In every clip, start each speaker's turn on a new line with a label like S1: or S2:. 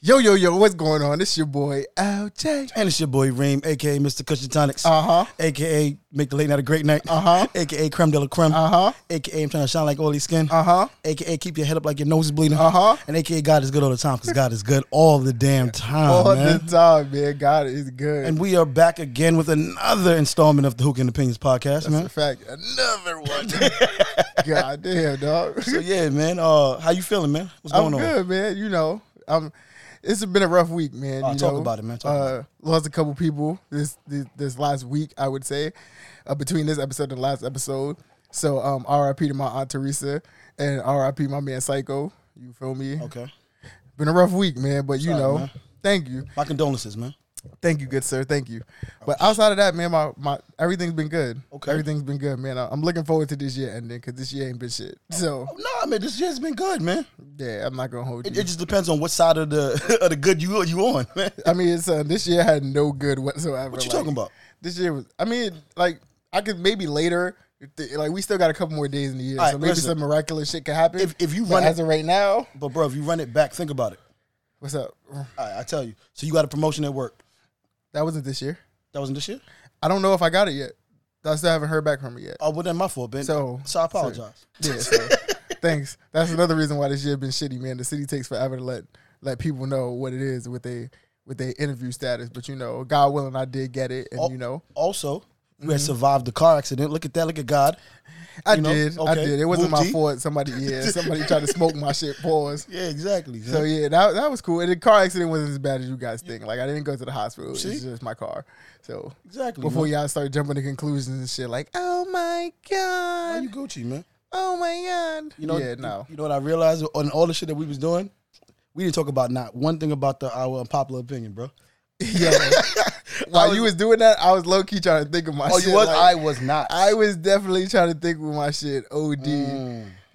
S1: Yo, yo, yo, what's going on? It's your boy LJ.
S2: And it's your boy Reem, aka Mr. Cushion Tonics,
S1: Uh-huh.
S2: aka Make the Late Night a Great Night,
S1: Uh-huh.
S2: aka Creme de la Creme,
S1: Uh-huh.
S2: aka I'm trying to shine like oily skin,
S1: Uh-huh.
S2: aka Keep your head up like your nose is bleeding,
S1: Uh-huh.
S2: and aka God is good all the time because God is good all the damn time,
S1: All
S2: Oh, man.
S1: the time, man. God is good.
S2: and we are back again with another installment of the Hook and Opinions podcast,
S1: That's
S2: man.
S1: a fact. Another one. God damn, dog.
S2: So yeah, man. Uh, how you feeling, man? What's
S1: I'm
S2: going on?
S1: good, man. You know, I'm. It's been a rough week, man.
S2: Oh,
S1: you
S2: talk
S1: know?
S2: about it, man. Talk
S1: uh,
S2: about
S1: Lost a couple people this this, this last week, I would say, uh, between this episode and last episode. So, um, R.I.P. to my aunt Teresa and R.I.P. my man Psycho. You feel me?
S2: Okay.
S1: Been a rough week, man. But you
S2: Sorry,
S1: know,
S2: man.
S1: thank you.
S2: My condolences, man.
S1: Thank you, good sir. Thank you. But outside of that, man, my, my everything's been good.
S2: Okay.
S1: everything's been good, man. I- I'm looking forward to this year ending because this year ain't been shit.
S2: Oh.
S1: So
S2: Nah, man, this year's been good, man.
S1: yeah, I'm not gonna hold
S2: It,
S1: you.
S2: it just depends on what side of the of the good you you on, man.
S1: I mean, it's, uh, this year had no good whatsoever.
S2: What you
S1: Like,
S2: talking about?
S1: This year was. I mean, like I could maybe later. if the- Like we still got a couple more days in the year,
S2: All right,
S1: so maybe
S2: listen.
S1: some miraculous shit could happen.
S2: If- if you
S1: But
S2: run it-
S1: as of right now,
S2: But bro, if you run it back, think about it.
S1: what's up?
S2: I, I tell you. So you got a promotion at work.
S1: That wasn't this year.
S2: That wasn't this year.
S1: I don't know if I got it yet. I still haven't heard back from it yet.
S2: Oh, well, then my fault, Ben.
S1: So-
S2: so I apologize.
S1: Yeah, so thanks. That's another reason why this year been shitty, man. The city takes forever to let let people know what it is with they with their interview status. But you know, God willing, I did get it,
S2: Oh,
S1: and you know,
S2: Also, you had survived the car accident. Look at that. Look at God.
S1: I
S2: you know,
S1: did. I
S2: okay.
S1: did. It wasn't my
S2: Whoopty.
S1: fault. Somebody, yeah, somebody tried to smoke my shit. Pause.
S2: Yeah, exactly.
S1: So yeah, that that was cool. And the car accident wasn't as bad as you guys think. Like I didn't go to the hospital. It's
S2: See?
S1: just my car. So
S2: exactly.
S1: before
S2: man.
S1: y'all start jumping to conclusions and shit, like oh my
S2: How
S1: god,
S2: you Gucci, man.
S1: oh my god.
S2: You know.
S1: yeah, no.
S2: You, know what I realized on all the shit that we was doing. We didn't talk about not one thing about the our unpopular opinion, bro.
S1: Yo, while you was doing that, I was low key trying to think of my.
S2: Oh,
S1: shit.
S2: you was? I Mm.
S1: Like,
S2: was not.
S1: I was definitely trying to think with my shit. Od,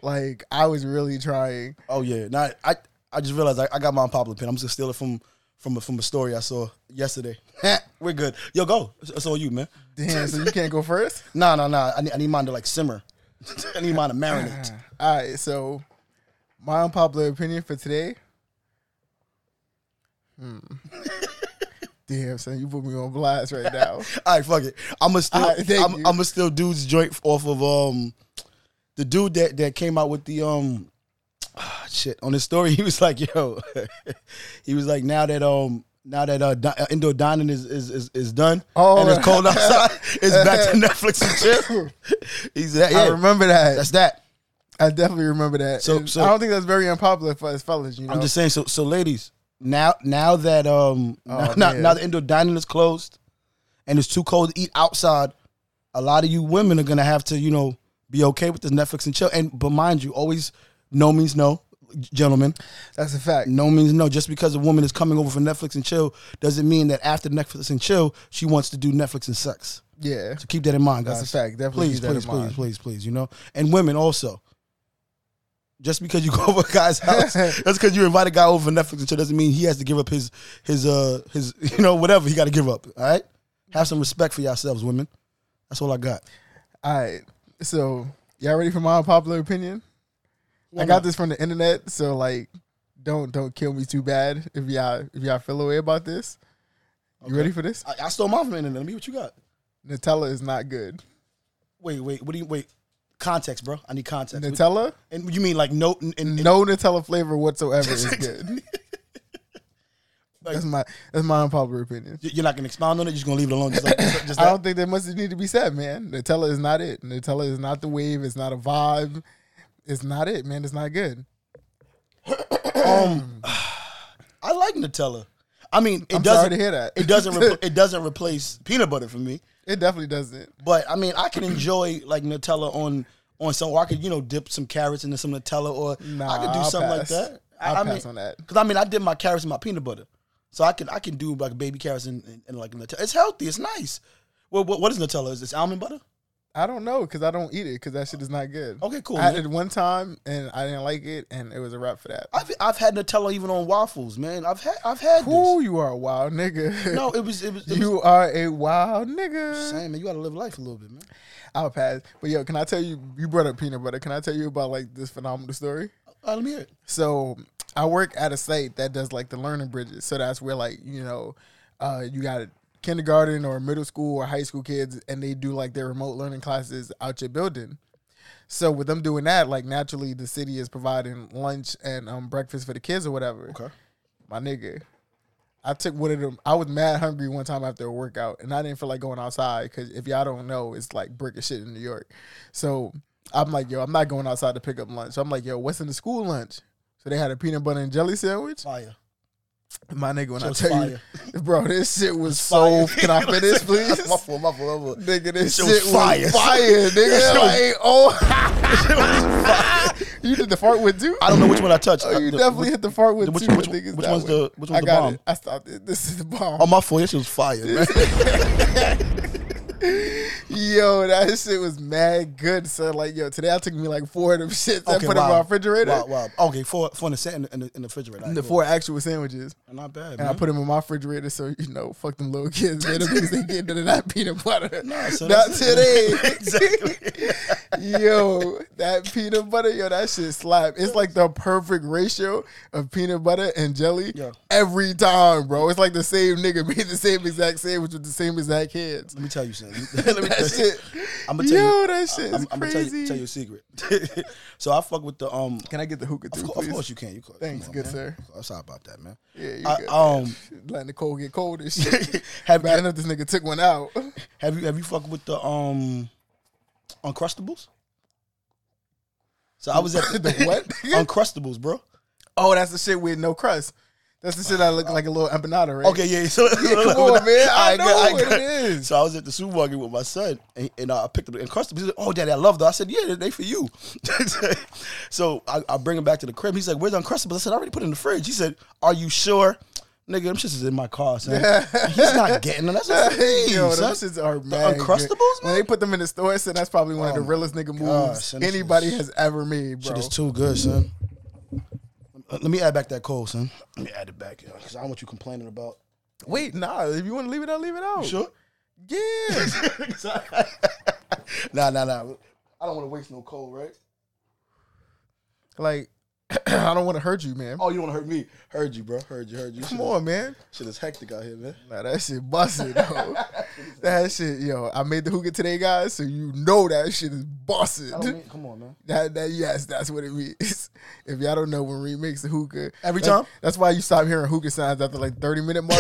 S1: like I was really trying.
S2: Oh yeah, now I I just realized I, I got my unpopular pin. I'm just gonna steal it from from a, from a story I saw yesterday. We're good. Yo, go. It's, it's all you, man.
S1: Damn, so you can't go first.
S2: Nah, nah, nah. I need, I need mine to like simmer. I need mine to marinate.
S1: All right, so my unpopular opinion for today. Hmm. Damn, son, you put me on blast right now.
S2: All right, fuck it. I'm gonna still
S1: All right, thank
S2: I'm,
S1: you.
S2: I'm gonna still dude's joint off of um the dude that that came out with the um ah, shit on his story. He was like, yo, he was like, now that um. Now that uh, di- uh, indoor dining is is, is, is done
S1: Oh.
S2: and it's cold outside, it's back to Netflix and chill. He's like,
S1: I
S2: yeah,
S1: remember that.
S2: That's that.
S1: I definitely remember that.
S2: So-
S1: And
S2: so-
S1: I don't think that's very unpopular for us fellas. You know,
S2: I'm just saying. So, so ladies, now now that um now, now,
S1: man.
S2: now the indoor dining is closed, and it's too cold to eat outside, a lot of you women are gonna have to you know be okay with this Netflix and chill. And but mind you, always no means no, gentlemen.
S1: that's a fact.
S2: No means no. Just because a woman is coming over for Netflix and chill doesn't mean that after Netflix and chill she wants to do Netflix and sex.
S1: Yeah,
S2: So keep that in mind, guys.
S1: That's a fact. Definitely
S2: Please,
S1: keep that in
S2: please,
S1: mind.
S2: please, please, please. You know, and women also. Just because you go over a guy's house, that's because you invite a guy over for Netflix and chill doesn't mean he has to give up his his uh his you know whatever he got to give up. All right, have some respect for yourselves, women. That's all I got.
S1: All right. So, y'all ready for my unpopular opinion? I got this from the internet, so like, don't don't kill me too bad if y'all if y'all feel away about this. You ready for this?
S2: I, I stole mine from the internet. Let me hear what you got.
S1: Nutella is not good.
S2: Wait, wait, what do you wait? Context, bro. I need context.
S1: Nutella,
S2: and you mean like no? And, and,
S1: no Nutella flavor whatsoever is good.
S2: Like-
S1: that's my that's my unpopular opinion.
S2: you're not gonna expound on it. You're just gonna leave it alone. Just like, just
S1: I
S2: that.
S1: don't think there much need to be said, man. Nutella is not it. Nutella is not the wave. It's not a vibe. It's not it, man. It's not good.
S2: Um, I like Nutella. I mean, it
S1: I'm
S2: doesn't.
S1: sorry to hear that.
S2: It doesn't. Repl- it doesn't replace peanut butter for me.
S1: It definitely doesn't.
S2: But I mean, I can enjoy like Nutella on on some. Or I could you know dip some carrots into some Nutella, or I could do
S1: Nah, I'll
S2: something
S1: pass.
S2: like that.
S1: I'll
S2: I, I
S1: pass
S2: mean,
S1: on that.
S2: Because I mean, I dip my carrots in my peanut butter, so I can I can do like baby carrots and, and, and like Nutella. It's healthy. It's nice. Well, what, what is Nutella? Is this almond butter?
S1: I don't know because I don't eat it because that shit is not good.
S2: Okay, cool.
S1: I
S2: man.
S1: did one time and I didn't like it, and it was a wrap for that.
S2: I've I've had Nutella even on waffles, man. I've had I've had
S1: Ooh, you are a wild nigga.
S2: this. No, it was it was, it was
S1: you are a wild nigga.
S2: same, man. You gotta live life a little bit, man.
S1: I'll pass. But yo, can I tell you? You brought up peanut butter. Can I tell you about like this phenomenal story?
S2: All right, let me hear it.
S1: So I work at a site that does like the learning bridges. So that's where like, you know, uh, you got kindergarten or middle school or high school kids and they do like their remote learning classes out your building. So with them doing that, like naturally the city is providing lunch and um, breakfast for the kids or whatever.
S2: Okay.
S1: My nigga. I took one of them. I was mad hungry one time after a workout, and I didn't feel like going outside because if y'all don't know, it's like brick and shit in New York. So I'm like, yo, I'm not going outside to pick up lunch. So I'm like, yo, what's in the school lunch? So they had a peanut butter and jelly sandwich.
S2: Fire.
S1: My nigga, when
S2: Shit
S1: I
S2: was
S1: tell you, bro, this shit was so. Can I finish, please?
S2: my fault, my fault, my fault.
S1: Nigga, this
S2: Shit
S1: shit,
S2: was
S1: was
S2: fire.
S1: fire, nigga. like, oh, you did the fart with too.
S2: I don't know which one I touched.
S1: Oh, you
S2: I- the-
S1: definitely hit the fart with
S2: the- which-
S1: two.
S2: which-
S1: I think it's
S2: which
S1: that
S2: one's
S1: one.
S2: the- which one's
S1: I
S2: the
S1: got
S2: bomb? Um,
S1: It. I stopped it. This is the bomb.
S2: On my fault, this shit was fire, man.
S1: Yo, that shit was mad good, son. Like, yo, today I took me like four of them shits and put them in my refrigerator.
S2: Wow, wow. Okay, four, four in the, set, in, the, in the refrigerator.
S1: And the
S2: Alright,
S1: four actual sandwiches.
S2: cool. Not bad,
S1: And I
S2: man.
S1: put them in my refrigerator, so you know, fuck them little kids. Man, them niggas ain't getting none of that peanut butter.
S2: Nah, so
S1: Not
S2: that's
S1: today.
S2: it. Exactly.
S1: yo, that peanut butter, yo, that shit slap. It's like the perfect ratio of peanut butter and jelly
S2: Yo.
S1: every time, bro. It's like the same nigga made the same exact sandwich with the same exact hands.
S2: Let me tell you something. Let me
S1: that
S2: tell you-
S1: shit.
S2: I'm
S1: Yo,
S2: gonna tell you.
S1: that shit is
S2: I'm, I'm gonna tell
S1: crazy.
S2: you, tell you a secret. so I fuck with the um.
S1: Can I get the hookah
S2: Of,
S1: too,
S2: cour- of
S1: please?
S2: course you can. You can.
S1: Thanks, good sir.
S2: I'm sorry about that, man.
S1: Yeah, you
S2: I-
S1: good.
S2: um,
S1: Letting the cold get cold and shit.
S2: have,
S1: Bad enough this nigga took one out.
S2: have you have you fucked with the um, Uncrustables? So I was at the,
S1: The what?
S2: Uncrustables, bro.
S1: oh, that's the shit with no crust. That's the shit that
S2: Uh,
S1: look like a little empanada, right?
S2: Okay, yeah. So
S1: Yeah, come on, man. I
S2: Alright,
S1: know
S2: good, alright,
S1: what
S2: good.
S1: it is.
S2: So I was at the supermarket with my son, and, and I picked up the Uncrustables. He's like, "Oh, daddy, I love those." I said, "Yeah, they for you." so I, I bring him back to the crib. He's like, "Where's the Uncrustables?" I said, "I already put it in the fridge." He said, "Are you sure?" Nigga, them shits is in my car, son. He's not getting them. That's what I'm saying,
S1: Yo,
S2: son.
S1: those shits are
S2: The
S1: mad good.
S2: Uncrustables, man. Oh
S1: When they put them in the store, so that's probably one of the
S2: my
S1: realest nigga
S2: gosh,
S1: moves
S2: son, this shit
S1: anybody
S2: is-
S1: has ever made, bro.
S2: Shit is too good, son. Uh, Let me add back that cold, son. Let me add it back, because I don't want you complaining about.
S1: Wait, nah. If you want to leave it out, leave it out. Yeah.
S2: nah, nah, nah. I don't want to waste no cold, right?
S1: like, I don't want to hurt you, man.
S2: Oh, you don't want to hurt me? Heard you, bro. Heard you. Heard you.
S1: Come
S2: shit,
S1: on, man.
S2: Shit is hectic out here, man.
S1: Nah, that shit busted, though. that shit, yo. I made the hookah today, guys, so you know that shit is busted.
S2: I don't mean, come on, man.
S1: That, that yes, that's what it means. If y'all don't know, when Reed makes the hookah
S2: Every
S1: that's-
S2: time?
S1: that's why you stop hearing hookah sounds after like thirty minute mark.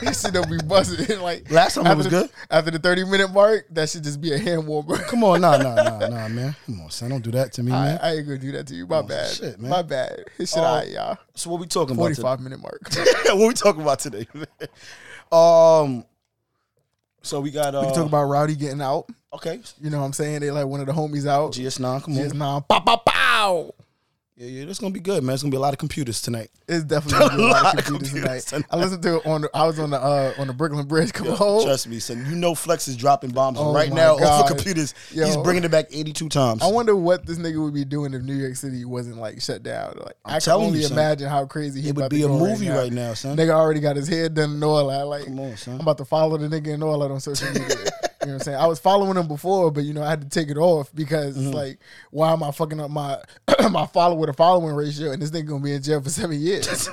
S1: this shit don't be busting. Like
S2: Last time it
S1: after
S2: was
S1: the-
S2: good.
S1: After the thirty minute mark, that should just be a hand warmer.
S2: Come on, nah, nah, nah, nah, man. Come on, son. Don't do that to me,
S1: I,
S2: man.
S1: I ain't gonna do that to you. My bad.
S2: shit, man.
S1: My bad. It's shit,
S2: Oh,
S1: alright, y'all.
S2: so what we talking
S1: Forty five minute mark.
S2: about today? what we talking about today? um. So we got. Uh,
S1: We talk about Rowdy getting out.
S2: okay.
S1: You know what I'm saying? They like one of the homies out.
S2: GS9, come on.
S1: Just nah, pow, pow, pow.
S2: Yeah, yeah, this gonna be good, man. It's gonna be a lot of computers tonight.
S1: It's definitely gonna be a lot of computers
S2: computers
S1: tonight.
S2: tonight.
S1: I listened to it on. The, I was on the uh, on the Brooklyn Bridge. Come on.
S2: Trust me, son. You know Flex is dropping bombs
S1: Oh
S2: right
S1: my
S2: now
S1: God.
S2: over computers.
S1: Yo.
S2: He's bringing it back 82 times.
S1: I wonder what this nigga would be doing if New York City wasn't like shut down. Like i can
S2: telling
S1: only
S2: you, son.
S1: imagine how crazy he
S2: it would
S1: about
S2: be
S1: to
S2: a
S1: go
S2: movie
S1: right
S2: right now, son.
S1: Nigga already got his head done and all that. Like,
S2: Come on, son.
S1: I'm about to follow the nigga and all that on social media. you know what I'm saying? I was following him before, but you know I had to take it off because
S2: Mm-hmm.
S1: it's like, why am I fucking up my my follower to following ratio? And this nigga gonna be in jail for seven years.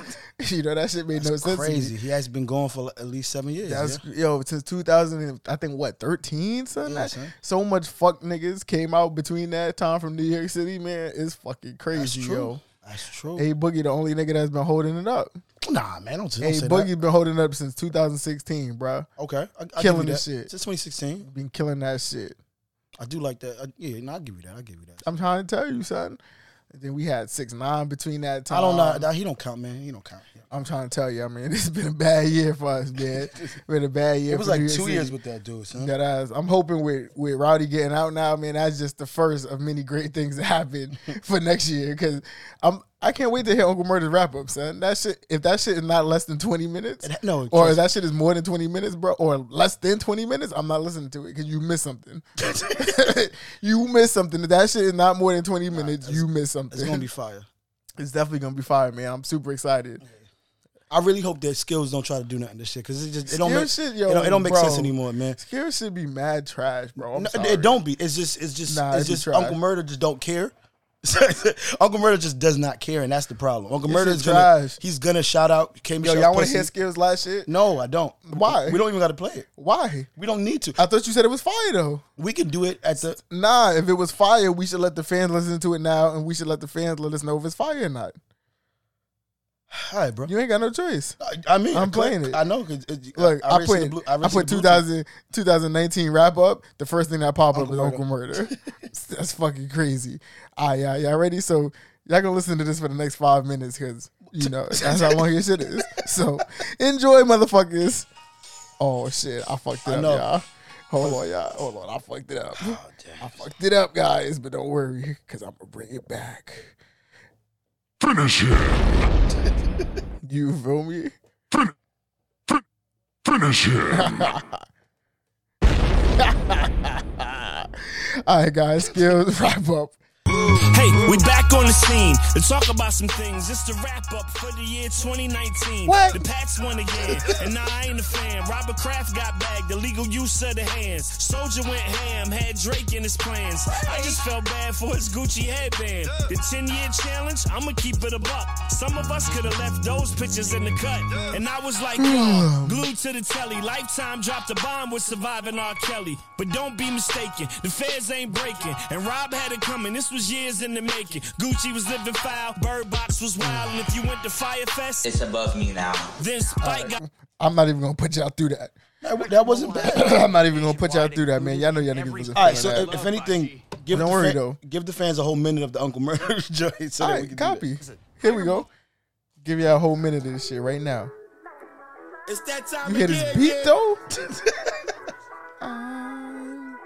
S1: you know that shit made no sense. to me.
S2: Crazy. He has been going for like, at least seven years.
S1: That's
S2: yeah?
S1: yo since 2000. and I think what 13, son.
S2: Yeah,
S1: That-
S2: son.
S1: So much fuck niggas came out between that time from New York City, man. It's fucking
S2: That's
S1: crazy,
S2: true.
S1: yo.
S2: That's true.
S1: A Boogie, the only nigga that's been holding it up.
S2: nah, man, don't, don't
S1: A
S2: say
S1: Boogie been holding up since 2016, bruh.
S2: that. Okay, I, I
S1: Killing
S2: give you
S1: this
S2: that.
S1: shit.
S2: Since 2016,
S1: Been killing that shit.
S2: I do like that. I, yeah, no, I give you that. I give you that.
S1: I'm trying to tell you, son. Then we had six nine between that time.
S2: I don't know. Nah, he don't count, man. He don't count. Yeah.
S1: I'm trying to tell you, I mean, it's been a bad year for us, man. been a bad year.
S2: It was
S1: for New
S2: like
S1: York
S2: two
S1: City.
S2: years with that dude, son.
S1: That ass. I'm hoping with with Rowdy getting out now, man. That's just the first of many great things that happen for next year. Because I'm I can't wait to hear Uncle Murder's wrap up, son. That shit. If that shit is not less than 20 minutes,
S2: It- no,
S1: or
S2: trust-
S1: if that shit is more than 20 minutes, bro, or less than 20 minutes, I'm not listening to it because you miss something. you miss something. If that shit is not more than 20 minutes, you miss something.
S2: It's gonna be fire.
S1: It's definitely gonna be fire, man. I'm super excited.
S2: I really hope that skills don't try to do nothing this shit because it just it don't
S1: Skill
S2: make
S1: shit, yo,
S2: it don't, it don't make
S1: bro.
S2: sense anymore, man.
S1: Skill should be mad trash, bro. I'm
S2: No,
S1: sorry.
S2: it don't be. It's just it's just
S1: Nah,
S2: it's
S1: it'd be
S2: just
S1: trash.
S2: Uncle Murder just don't care.
S3: Uncle Murder just does not care, and that's the problem. Uncle
S1: It's
S3: Murder
S1: a
S3: is gonna,
S1: trash.
S3: he's gonna shout out. Came
S1: Yo,
S3: Yo,
S1: y'all want to hear Skills last shit?
S3: No, I don't.
S1: Why?
S3: We don't even gotta play it.
S1: Why?
S3: We don't need to.
S1: I thought you said it was fire though.
S3: We can do it at the.
S1: Nah, if it was fire, we should let the fans listen to it now, and we should let the fans let us know if it's fire or not.
S3: All right, bro.
S1: You ain't got no choice.
S3: I, I mean,
S1: I'm playing it.
S3: I know. 'cause it-
S1: Look, I,
S3: already see
S1: put
S3: the blue-
S1: I,
S3: already see
S1: put
S3: the blue
S1: 2000, 2019 wrap up. The first thing that popped
S3: Uncle
S1: up
S3: Murder.
S1: is Uncle Murder. That's fucking crazy. Ah, yeah, y'all ready? So y'all gonna listen to this for the next five minutes because you know that's how long your shit is. So enjoy, motherfuckers. Oh shit, I fucked it
S3: I
S1: up,
S3: know.
S1: y'all. Hold on, y'all. Hold on, I fucked it up.
S3: Oh, damn.
S1: I fucked it up, guys. But don't worry, because I'm gonna bring it back.
S4: Finish him.
S1: You feel me?
S4: Finish him.
S1: All right, guys. Skills wrap up.
S5: Hey, we back on the scene to talk about some things. It's the wrap up for the year 2019.
S1: What?
S5: The Pats won again, and nah, I ain't a fan. Robert Kraft got bagged, the legal use of the hands. Soldier went ham, had Drake in his plans. I just felt bad for his Gucci headband. The 10 year challenge, I'ma keep it a buck. Some of us could have left those pictures in the cut, and I was like, yo, glued to the telly. Lifetime dropped a bomb with surviving R. Kelly, but don't be mistaken, the feds ain't breaking, and Rob had it coming. This was years in the making. Gucci was living foul, Bird Box was wild, and if you went to Fire Fest,
S6: It's above me now.
S5: then Spike got.
S1: I'm not even gonna put y'all through that.
S3: That, that wasn't bad.
S1: I'm not even gonna put y'all through that, man. Y'all know y'all niggas was
S3: All right, so
S1: that.
S3: if, if anything, give
S1: Don't
S3: the
S1: worry,
S3: fan-
S1: though.
S3: Give the fans a whole minute of the Uncle Murder joint. So
S1: All
S3: that we
S1: right,
S3: can
S1: copy. Here we go. Give y'all a whole minute of this shit right now.
S2: It's that time
S1: You hear
S2: again.
S1: this beat
S2: yeah.
S1: though?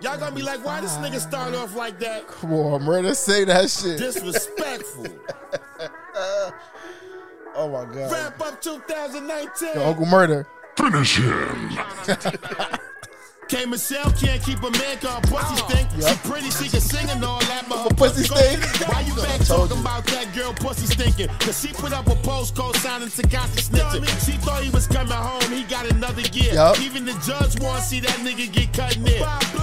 S2: Y'all gonna be like, why this nigga starting off like that?
S1: Come on, murder, say that shit.
S2: Disrespectful.
S3: Oh my god.
S2: Wrap up 2019.
S1: Yo, Uncle Murder.
S4: Finish him.
S2: Okay, Michelle can't keep a man called pussy stink. She pretty, she can sing and all that, but her
S1: Pussy
S2: go to
S1: stink.
S2: the- Why you back talking about that girl pussy stinking? Cause she put up a post co-signing Sagata snitching. She thought he was coming home, he got another year.
S1: Yup.
S2: Even the judge wants to see that nigga get cut near.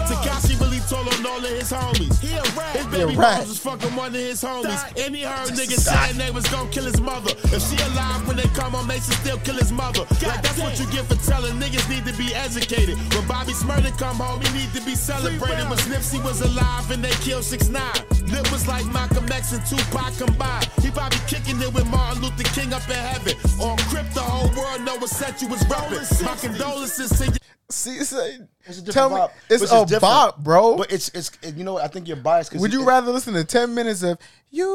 S2: Takashi really told on all of his homies. He a rat. His baby
S1: a rat.
S2: moms was fucking one of his homies. And he heard niggas saying they was gonna kill his mother. If she alive when they come home, they should still kill his mother. Like that's what you get for telling niggas need to be educated. When Bobby Smurda come home, he need to be celebrated. When Nipsey was alive and they killed 6 9 Lip was like Malcolm X and Tupac combined. He probably kicking it with Martin Luther King up in heaven. On Crip, the whole world know what set you was repping. My condolences to you.
S1: See, say,
S3: It's a different
S1: tell me,
S3: vibe,
S1: it's
S3: which is
S1: a
S3: different.
S1: bop, bro.
S3: But it's it's it- you know what I think you're biased. 'cause
S1: Would
S3: it-
S1: you rather listen to ten minutes of "You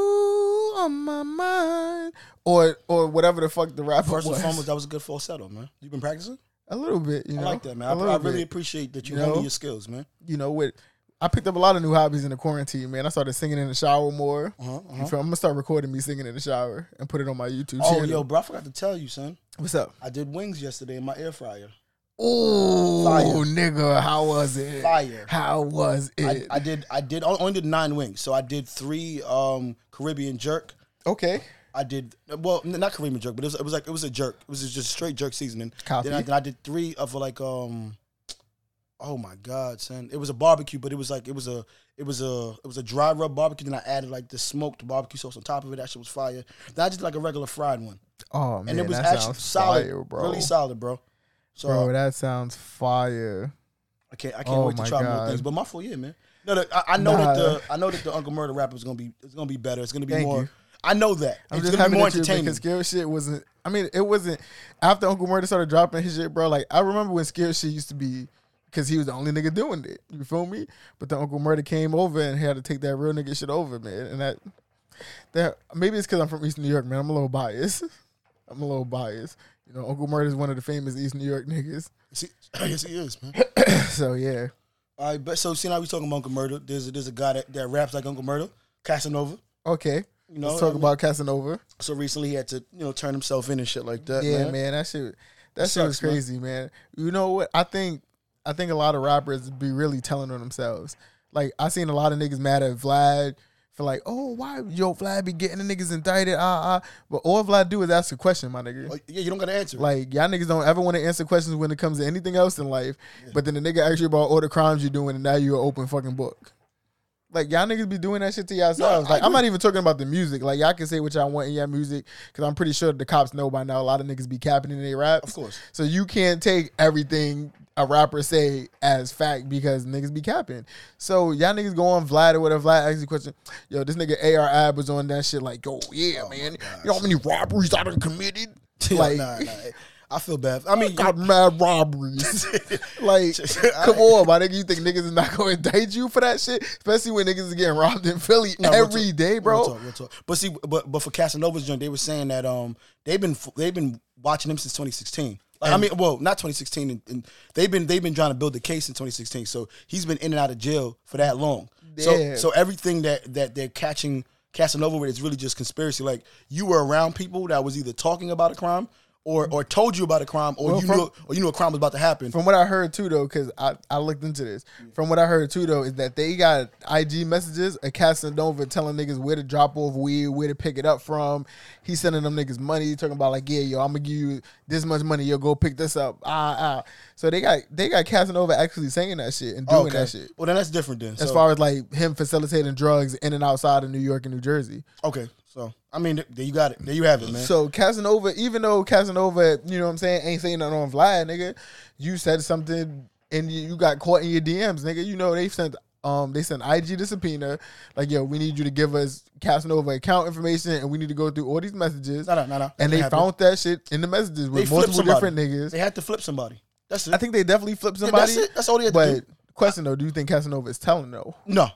S1: on My Mind" or or whatever the fuck the rapper
S3: First and
S1: was?
S3: foremost, that was a good falsetto, man. You've been practicing.
S1: a little bit, you know.
S3: I like that, man.
S1: A
S3: I,
S1: little
S3: I really
S1: bit.
S3: appreciate that you,
S1: You
S3: honed
S1: know?
S3: your skills, man.
S1: you know, with I picked up a lot of new hobbies in the quarantine, man. I started singing in the shower more.
S3: Uh-huh,
S1: You feel- I'm gonna start recording me singing in the shower and put it on my YouTube
S3: Oh,
S1: channel.
S3: yo, bro, I forgot to tell you, son.
S1: What's up?
S3: I did wings yesterday in my air fryer.
S1: Ooh,
S3: Fire.
S1: nigga, how was it?
S3: Fire.
S1: How was
S3: I,
S1: it?
S3: I did I did I only did nine wings, so I did three um Caribbean jerk.
S1: okay.
S3: I did well, n- not Kareem jerk, but it was, it was like it was a jerk. It was just straight jerk seasoning.
S1: Copy.
S3: Then I, then I did three of like um, oh my god, son! It was a barbecue, but it was like it was a it was a it was a dry rub barbecue. Then I added like the smoked barbecue sauce on top of it. That shit was fire. Then I just did like a regular fried one,
S1: Oh man,
S3: and it was
S1: that
S3: actually
S1: sounds
S3: solid,
S1: fire, bro.
S3: really solid, bro. So
S1: Bro, that sounds fire.
S3: I can't I can't
S1: Oh
S3: wait to
S1: my
S3: try more
S1: God.
S3: things. But my full year, man. No, no I, I know
S1: Nah.
S3: that the I know that the Uncle Murder rapper is gonna be it's gonna be better. It's gonna be
S1: Thank
S3: more.
S1: you.
S3: I know that
S1: I'm
S3: it's
S1: just
S3: gonna
S1: happy
S3: be more
S1: that you
S3: entertaining.
S1: because skill shit wasn't. I mean, it wasn't after Uncle Murder started dropping his shit, bro. Like I remember when skill shit used to be because he was the only nigga doing it. You feel me? But then Uncle Murder came over and had to take that real nigga shit over, man. And that that maybe it's because I'm from East New York, man. I'm a little biased. I'm a little biased. You know, Uncle Murder is one of the famous East New York niggas.
S3: See, yes, he is, man.
S1: So yeah,
S3: All right, but so see now we talking about Uncle Murder. There's a, there's a guy that, that raps like Uncle Murder, Casanova.
S1: okay.
S3: You know,
S1: Let's
S3: I
S1: talk
S3: mean-
S1: about Casanova.
S3: So recently he had to you know turn himself in and shit like that.
S1: Yeah,
S3: man.
S1: man. that shit, that shit was
S3: sucks, man.
S1: crazy, man. You know what? I think, I think a lot of rappers be really telling on themselves. Like I seen a lot of niggas mad at Vlad for like, oh, why yo Vlad be getting the niggas indicted? Ah, ah. But all Vlad do is ask a question, my nigga.
S3: Like, yeah, you don't gotta answer. Like,
S1: Like y'all niggas don't ever want to answer questions when it comes to anything else in life. But then the nigga asks you about all the crimes you're doing, and now you're an open fucking book. Like y'all niggas be doing that shit to yourselves. like I'm not even talking about the music. Like y'all can say what y'all want in your music, because I'm pretty sure the cops know by now. A lot of niggas be capping in their rap. Of
S2: course.
S1: So you can't take everything a rapper say as fact because niggas be capping. So y'all niggas go on Vlad or whatever. Vlad asks you a question. Yo, this nigga AR Ab was on that shit. Like, yo, yeah, man. You know how many robberies I done committed?
S2: like,
S1: like,
S2: nah, nah. I feel bad. I mean,
S1: got mad robberies. like, come on, my nigga. You think niggas is not going to indict you for that shit? Especially when niggas is getting robbed in Philly
S2: No, real
S1: every
S2: talk,
S1: day,
S2: real
S1: bro.
S2: talk, real talk. But see, but but for Casanova's joint, they were saying that um they've been they've been watching him since 2016. Like, I mean, well, not 2016, and, and they've been they've been trying to build the case in 2016. So he's been in and out of jail for that long. So
S1: Yeah.
S2: so everything that that they're catching Casanova with is really just conspiracy. Like you were around people that was either talking about a crime or or told you about a crime or
S1: Well,
S2: you
S1: from-
S2: knew or you knew a crime was about to happen.
S1: From what I heard too, though, because I, I looked into this. From what I heard too, though, is that they got IG messages of Casanova telling niggas where to drop off weed, where to pick it up from. He's sending them niggas money, talking about like, yeah, yo, I'm gonna give you this much money, yo, go pick this up. Ah, ah. So they got they got Casanova actually saying that shit and doing
S2: Oh, Okay.
S1: that shit.
S2: Well, then that's different. Then
S1: As
S2: So-
S1: far as like him facilitating drugs in and outside of New York and New Jersey.
S2: okay, so I mean, th- there you got it. There you have it, man.
S1: So Casanova, even though Casanova, you know what I'm saying, ain't saying nothing on Vlad, nigga, you said something and you, you got caught in your DMs, nigga. You know they sent um they sent IG to subpoena, like yo, we need you to give us Casanova account information and we need to go through all these messages.
S2: No, no, no, no. That didn't
S1: And they
S2: happen.
S1: found that shit in the messages with
S2: flipped
S1: multiple different niggas.
S2: They had to flip somebody. That's it.
S1: I think they definitely flipped
S2: Yeah, that's
S1: somebody.
S2: it. That's all they had to
S1: but
S2: do.
S1: question though, do you think Casanova is telling though?
S2: no,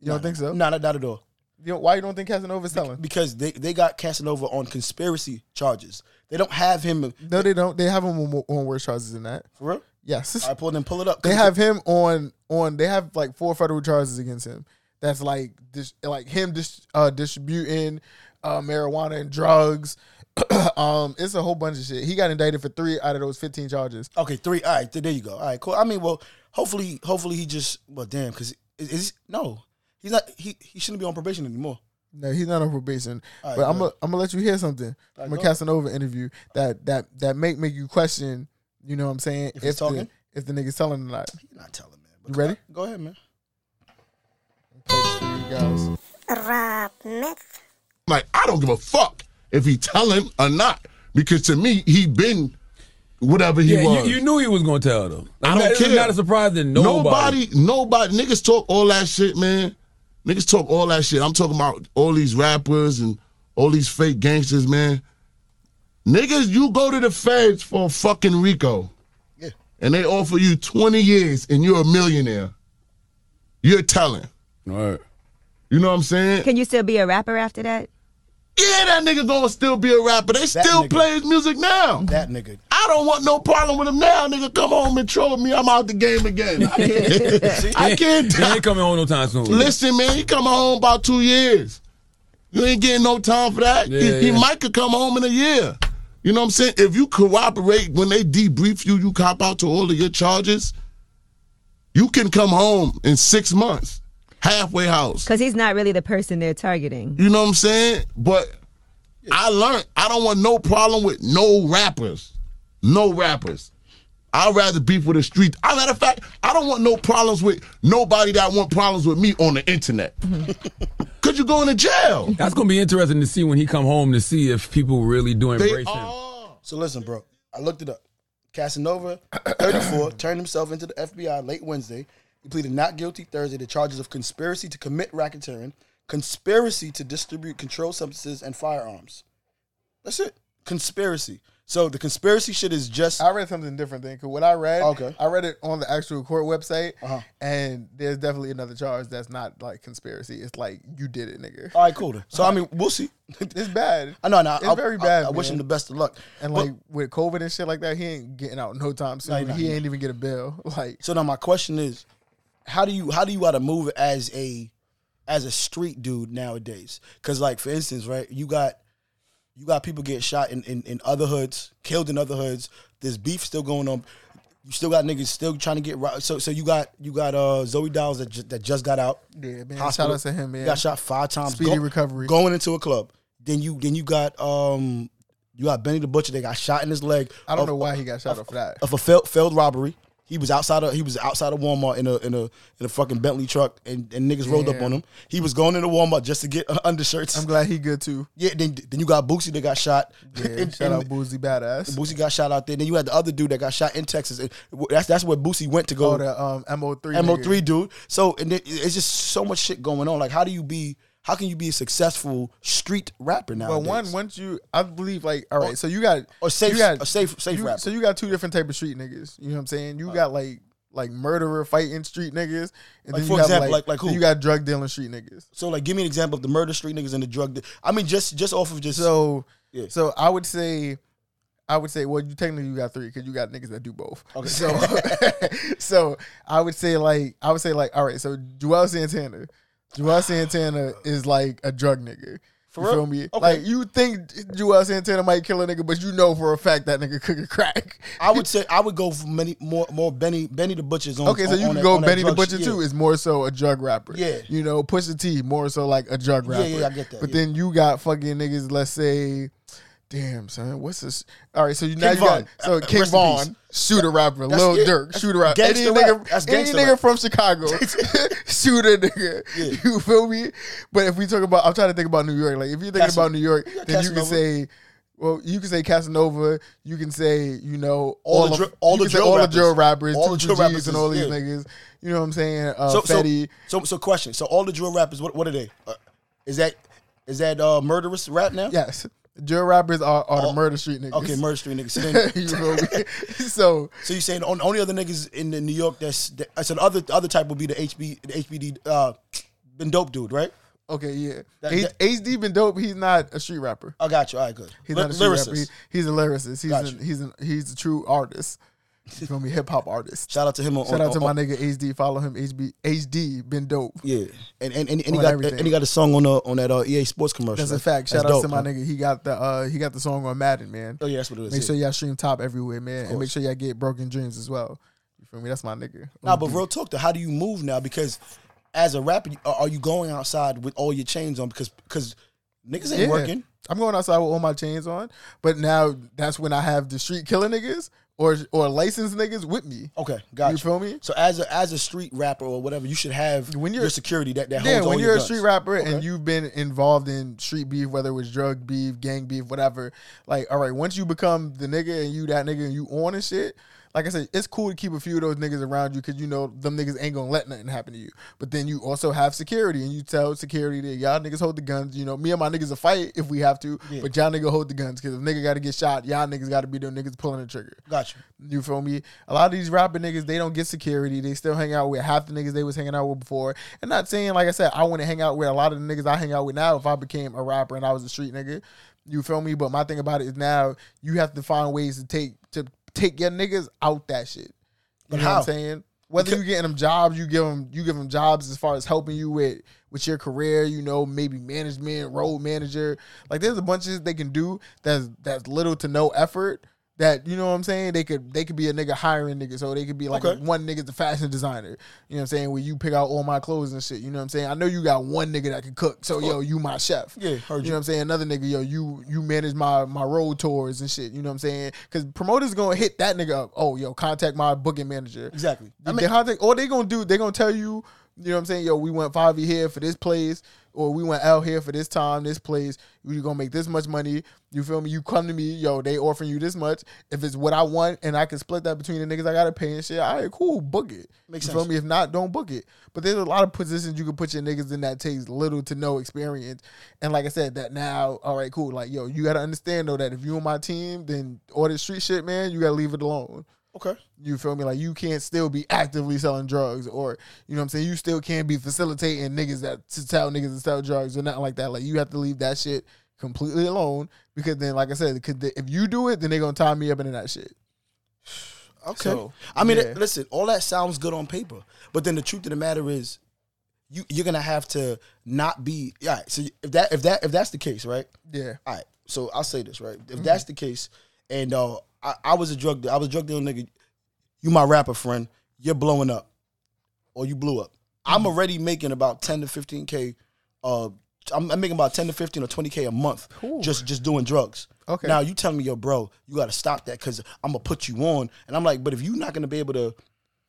S1: You don't think so?
S2: no, not, not at all.
S1: You don't- why you don't think Casanova is telling?
S2: Because they, they got Casanova on conspiracy charges. They don't have him
S1: No, they don't. They have him on, more- on worse charges than that.
S2: for real.
S1: Yes.
S2: I pulled and pull it up.
S1: they have him on on they have like four federal charges against him that's like dis, like him dis, uh distributing uh marijuana and drugs um it's a whole bunch of shit he got indicted for three out of those 15 charges
S2: okay three. All right, th- there you go. All right, cool. I mean, well, hopefully, hopefully he just well, damn, because is, is no, he's not. He he shouldn't be on probation anymore.
S1: no he's not on probation
S2: All right,
S1: but i'm
S2: go
S1: gonna I'm gonna let you hear something from a
S2: go.
S1: casanova interview that that that make make you question you know what i'm saying
S2: If he's
S1: the,
S2: talking?
S1: if the nigga's telling or not
S2: You're not telling, man.
S1: You ready?
S2: Go ahead, man.
S1: Here you guys.
S5: Rob Myth.
S3: Like, I don't give a fuck if he telling or not. Because to me, he been whatever he
S7: Yeah,
S3: was.
S7: you, you knew he was gonna tell them.
S3: I don't
S7: it's
S3: care.
S7: not a surprise that nobody.
S3: nobody, nobody- niggas talk all that shit, man. Niggas talk all that shit. I'm talking about all these rappers and all these fake gangsters, man. Niggas, you go to the feds for fucking Rico.
S2: Yeah.
S3: And they offer you 20 years and you're a millionaire. You're telling.
S7: All right.
S3: You know what I'm saying?
S8: Can you still be a rapper after that?
S3: Yeah, that nigga gonna still be a rapper. They still
S2: nigga.
S3: play his music now.
S2: That nigga.
S3: I don't want no problem with him now, nigga. Come home and troll me. I'm out the game again. I can't. I can't.
S7: He ain't coming home no time soon.
S3: Listen, man, he come home about two years. You ain't getting no time for that.
S7: Yeah,
S3: he, he
S7: yeah.
S3: might could come home in a year. You know what I'm saying? If you cooperate when they debrief you, you cop out to all of your charges. You can come home in six months, halfway house.
S8: Because he's not really the person they're targeting.
S3: You know what I'm saying? But I learned I don't want no problem with no rappers. No rappers. I'd rather beef with the street. I matter of fact, I don't want no problems with nobody that want problems with me on the internet. Could you go into jail?
S7: That's gonna be interesting to see when he come home to see if people really do
S3: They
S7: embrace him.
S3: are.
S2: So listen, bro. I looked it up. Casanova, 34, turned himself into the FBI late Wednesday. He pleaded not guilty Thursday to charges of conspiracy to commit racketeering, conspiracy to distribute controlled substances and firearms. That's it. Conspiracy. So the conspiracy shit is just
S1: I read something different than 'cause what I read.
S2: Okay.
S1: I read it on the actual court website,
S2: Uh-huh.
S1: and there's definitely another charge that's not like conspiracy. It's like you did it, nigga.
S2: all right, cool. then. So I mean, we'll see.
S1: It's bad.
S2: Uh, I know, no,
S1: It's
S2: I,
S1: very
S2: I-
S1: bad,
S2: I, wish
S1: man.
S2: him the best of luck.
S1: And
S2: But-
S1: like with COVID and shit like that, he ain't getting out no time soon.
S2: not,
S1: he
S2: he
S1: ain't even get a bill. Like
S2: So now my question is, how do you how do you gotta move as a as a street dude nowadays? Cause like for instance, right, you got you got people getting shot in, in, in other hoods, killed in other hoods. There's beef still going on. You still got niggas still trying to get ro- so so you got you got uh Zoe Downs that ju- that just got out.
S1: Yeah, man,
S2: Hospital.
S1: shout out to him, man.
S2: Got shot five times.
S1: Speedy recovery.
S2: Going into a club. Then you then you got um you got Benny the Butcher. They got shot in his leg. Oh,
S1: I don't
S2: of-
S1: know why he got shot off for that.
S2: of a failed, failed robbery. He was outside of he was outside of Walmart in a in a in a fucking Bentley truck, and, and niggas rolled up
S1: Damn.
S2: on him. He was going into Walmart just to get uh, undershirts.
S1: I'm glad he good too.
S2: yeah, then, then you got Boosie that got shot.
S1: Yeah,
S2: And-
S1: shout
S2: and-
S1: out Boozy Badass.
S2: Boosie got shot out there. Then you had the other dude that got shot in Texas. And w- That's that's where Boosie went to go.
S1: Oh, the um, MO3.
S2: Mo
S1: nigga.
S2: three dude. So and it, it's just so much shit going on. Like how do you be? How can you be a successful street rapper now?
S1: But one, once you, I believe, like, all right, so you got
S2: Oh, Or safe-
S1: you got,
S2: a safe- safe
S1: you-
S2: rapper.
S1: So you got two different type of street niggas. You know what I'm saying? You got like like murderer fighting street niggas, and
S2: Like,
S1: then
S2: for
S1: you have
S2: example,
S1: like,
S2: like- like who?
S1: then You got drug dealing street niggas.
S2: So like, give me an example of the murder street niggas and the drug. di- I mean, just just off of just
S1: So
S2: Yeah.
S1: so I would say. I would say, well, you technically you got three because you got niggas that do both. Okay. So, so I would say like I would say like all right. So Joel Santana, Joel Santana is like a drug nigga.
S2: For
S1: you
S2: real?
S1: feel me?
S2: Okay.
S1: Like you think Joel Santana might kill a nigga, but you know for a fact that nigga cooking crack.
S2: I would say I would go for many more more Benny Benny the Butcher's on.
S1: Okay, so
S2: on-
S1: you
S2: on
S1: can
S2: that-
S1: go
S2: on that
S1: Benny the
S2: drug
S1: Butcher
S2: shit.
S1: too. Is more so a drug rapper.
S2: Yeah.
S1: you know, Pusha T more so like a drug
S2: Yeah,
S1: rapper.
S2: yeah, yeah, I get that,
S1: But
S2: yeah.
S1: then you got fucking niggas. Let's say, damn son, what's this? All right, so you now you
S2: Von.
S1: got so
S2: Uh,
S1: King
S2: rest in peace.
S1: Vaughn, shooter rapper, Lil
S2: yeah,
S1: Durk,
S2: that's
S1: shooter rapper, any
S2: gangsta
S1: nigga,
S2: rap. That's
S1: any
S2: gangsta
S1: nigga
S2: rap.
S1: from Chicago, shooter nigga. You feel me? But if we talk about, I'm trying to think about New York. Like if you think
S2: Casan-
S1: about New York,
S2: Yeah,
S1: then you can
S2: Casanova.
S1: say. Well, you can say Casanova. You can say you know
S2: All
S1: all,
S2: the
S1: of,
S2: dr- all
S1: you
S2: the
S1: can say
S2: drill
S1: all
S2: rappers.
S1: the drill rappers,
S2: All
S1: all
S2: the
S1: the
S2: drill rappers
S1: and all
S2: is-
S1: these
S2: yeah.
S1: niggas. You know what I'm saying? Uh,
S2: So, so,
S1: Fetty.
S2: so so question. So all the drill rappers, what what are they? Uh, is that is that uh murderous rap now?
S1: yes, drill rappers are, are the murder street niggas.
S2: Okay, murder street niggas. So, then-
S1: you feel me? so
S2: so you saying the on- only other niggas in the New York that's that, so the other the other type would be the HB the HBD uh been dope dude, right?
S1: okay, yeah.
S2: That-
S1: H-
S2: that-
S1: HD been dope. He's not a street rapper.
S2: I got you. All right, good.
S1: He's
S2: Ly-
S1: not a street rapper. He-
S2: lyricist.
S1: he's a lyricist. He's
S2: Gotcha.
S1: a, he's a, he's a true artist. You feel me? Hip hop artist.
S2: Shout out to him. On,
S1: Shout
S2: on-
S1: out to
S2: on-
S1: my nigga HD. Follow him. HB HD been dope.
S2: Yeah, and and, and, and he
S1: On
S2: got
S1: everything.
S2: and he got a song on uh, on that uh, EA Sports commercial.
S1: That's a fact. Shout
S2: that's
S1: out
S2: dope,
S1: to my
S2: huh?
S1: nigga. He got the uh he got the song on Madden, man.
S2: Oh yeah, that's what it is.
S1: Make
S2: yeah.
S1: sure y'all stream top everywhere, man. And make sure y'all get broken dreams as well. You feel me? That's my nigga.
S2: Nah, but real talk though, how do you move now? Because as a rapper, you- are are you going outside with all your chains on? Because because niggas ain't
S1: Yeah.
S2: working.
S1: I'm going outside with all my chains on, but now that's when I have the street killer niggas or or licensed niggas with me.
S2: Okay, got
S1: You feel me?
S2: So as a as a street rapper or whatever, you should have
S1: When you're-
S2: your security that that
S1: Yeah,
S2: holds all
S1: when
S2: your
S1: you're a
S2: guns.
S1: street rapper and you've been involved in street beef, whether it was drug beef, gang beef, whatever, like, all right, once you become the nigga and you that nigga and you on and shit, like I said, it's cool to keep a few of those niggas around you because you know them niggas ain't gonna let nothing happen to you. But then you also have security and you tell security that y'all niggas hold the guns. You know, me and my niggas will fight if we have to, but y'all nigga hold the guns because if nigga gotta get shot, y'all niggas gotta be them niggas pulling the trigger.
S2: Got you.
S1: You feel me? A lot of these rapper niggas, they don't get security. They still hang out with half the niggas they was hanging out with before. And not saying, like I said, I want to hang out with a lot of the niggas I hang out with now if I became a rapper and I was a street nigga. You feel me? But my thing about it is now you have to find ways to take to take your niggas out that shit. You know
S2: how?
S1: what I'm saying? Whether you getting them jobs, you give them you give them jobs as far as helping you with with your career, you know, maybe management, road manager. Like there's a bunch of shit they can do that's that's little to no effort that you know what I'm saying. They could they could be a nigga hiring nigga, so they could be like
S2: Okay.
S1: one nigga's a fashion designer. You know what I'm saying? Where you pick out all my clothes and shit. You know what I'm saying? I know you got one nigga that can cook, so yo, you my chef.
S2: Yeah, heard you.
S1: you. know what I'm saying? Another nigga, yo, you you manage my my road tours and shit. You know what I'm saying? Because promoters gonna hit that nigga up. Oh, yo, contact my booking manager.
S2: Exactly. I
S1: I
S2: mean-
S1: mean, how they, all they gonna do? They gonna tell you, you know what I'm saying? Yo, we went five here for this place, or we went out here for this time, this place. You gonna make this much money? You feel me? You come to me, yo. They offering you this much. If it's what I want, and I can split that between the niggas I gotta pay and shit. All right, cool, book it.
S2: Makes
S1: you
S2: sense.
S1: feel me? If not, don't book it. But there's a lot of positions you can put your niggas in that takes little to no experience. And like I said, that now, all right, cool. Like yo, you gotta understand though that if you on my team, then all this street shit, man, you gotta leave it alone.
S2: Okay.
S1: You feel me? Like you can't still be actively selling drugs, or you know what I'm saying. You still can't be facilitating niggas that to tell niggas to sell drugs or nothing like that. Like you have to leave that shit completely alone because then, like I said, it could- if you do it, then they gonna tie me up into that shit.
S2: Okay.
S1: So,
S2: I mean,
S1: yeah.
S2: it- listen, all that sounds good on paper, but then the truth of the matter is, you you're gonna have to not be. Yeah. so if that if that if that's the case, right?
S1: Yeah.
S2: All right. So I'll say this right. If that's the case, and uh, I, I was a drug dealer, I was a drug dealer nigga. You my rapper friend. You're blowing up, or you blew up. I'm already making about ten to fifteen k. Uh, I'm, I'm making about ten to fifteen or twenty k a month just just doing drugs.
S1: Okay.
S2: Now you telling me, yo, bro, you got to stop that because I'm gonna put you on, and I'm like, but if you're not gonna be able to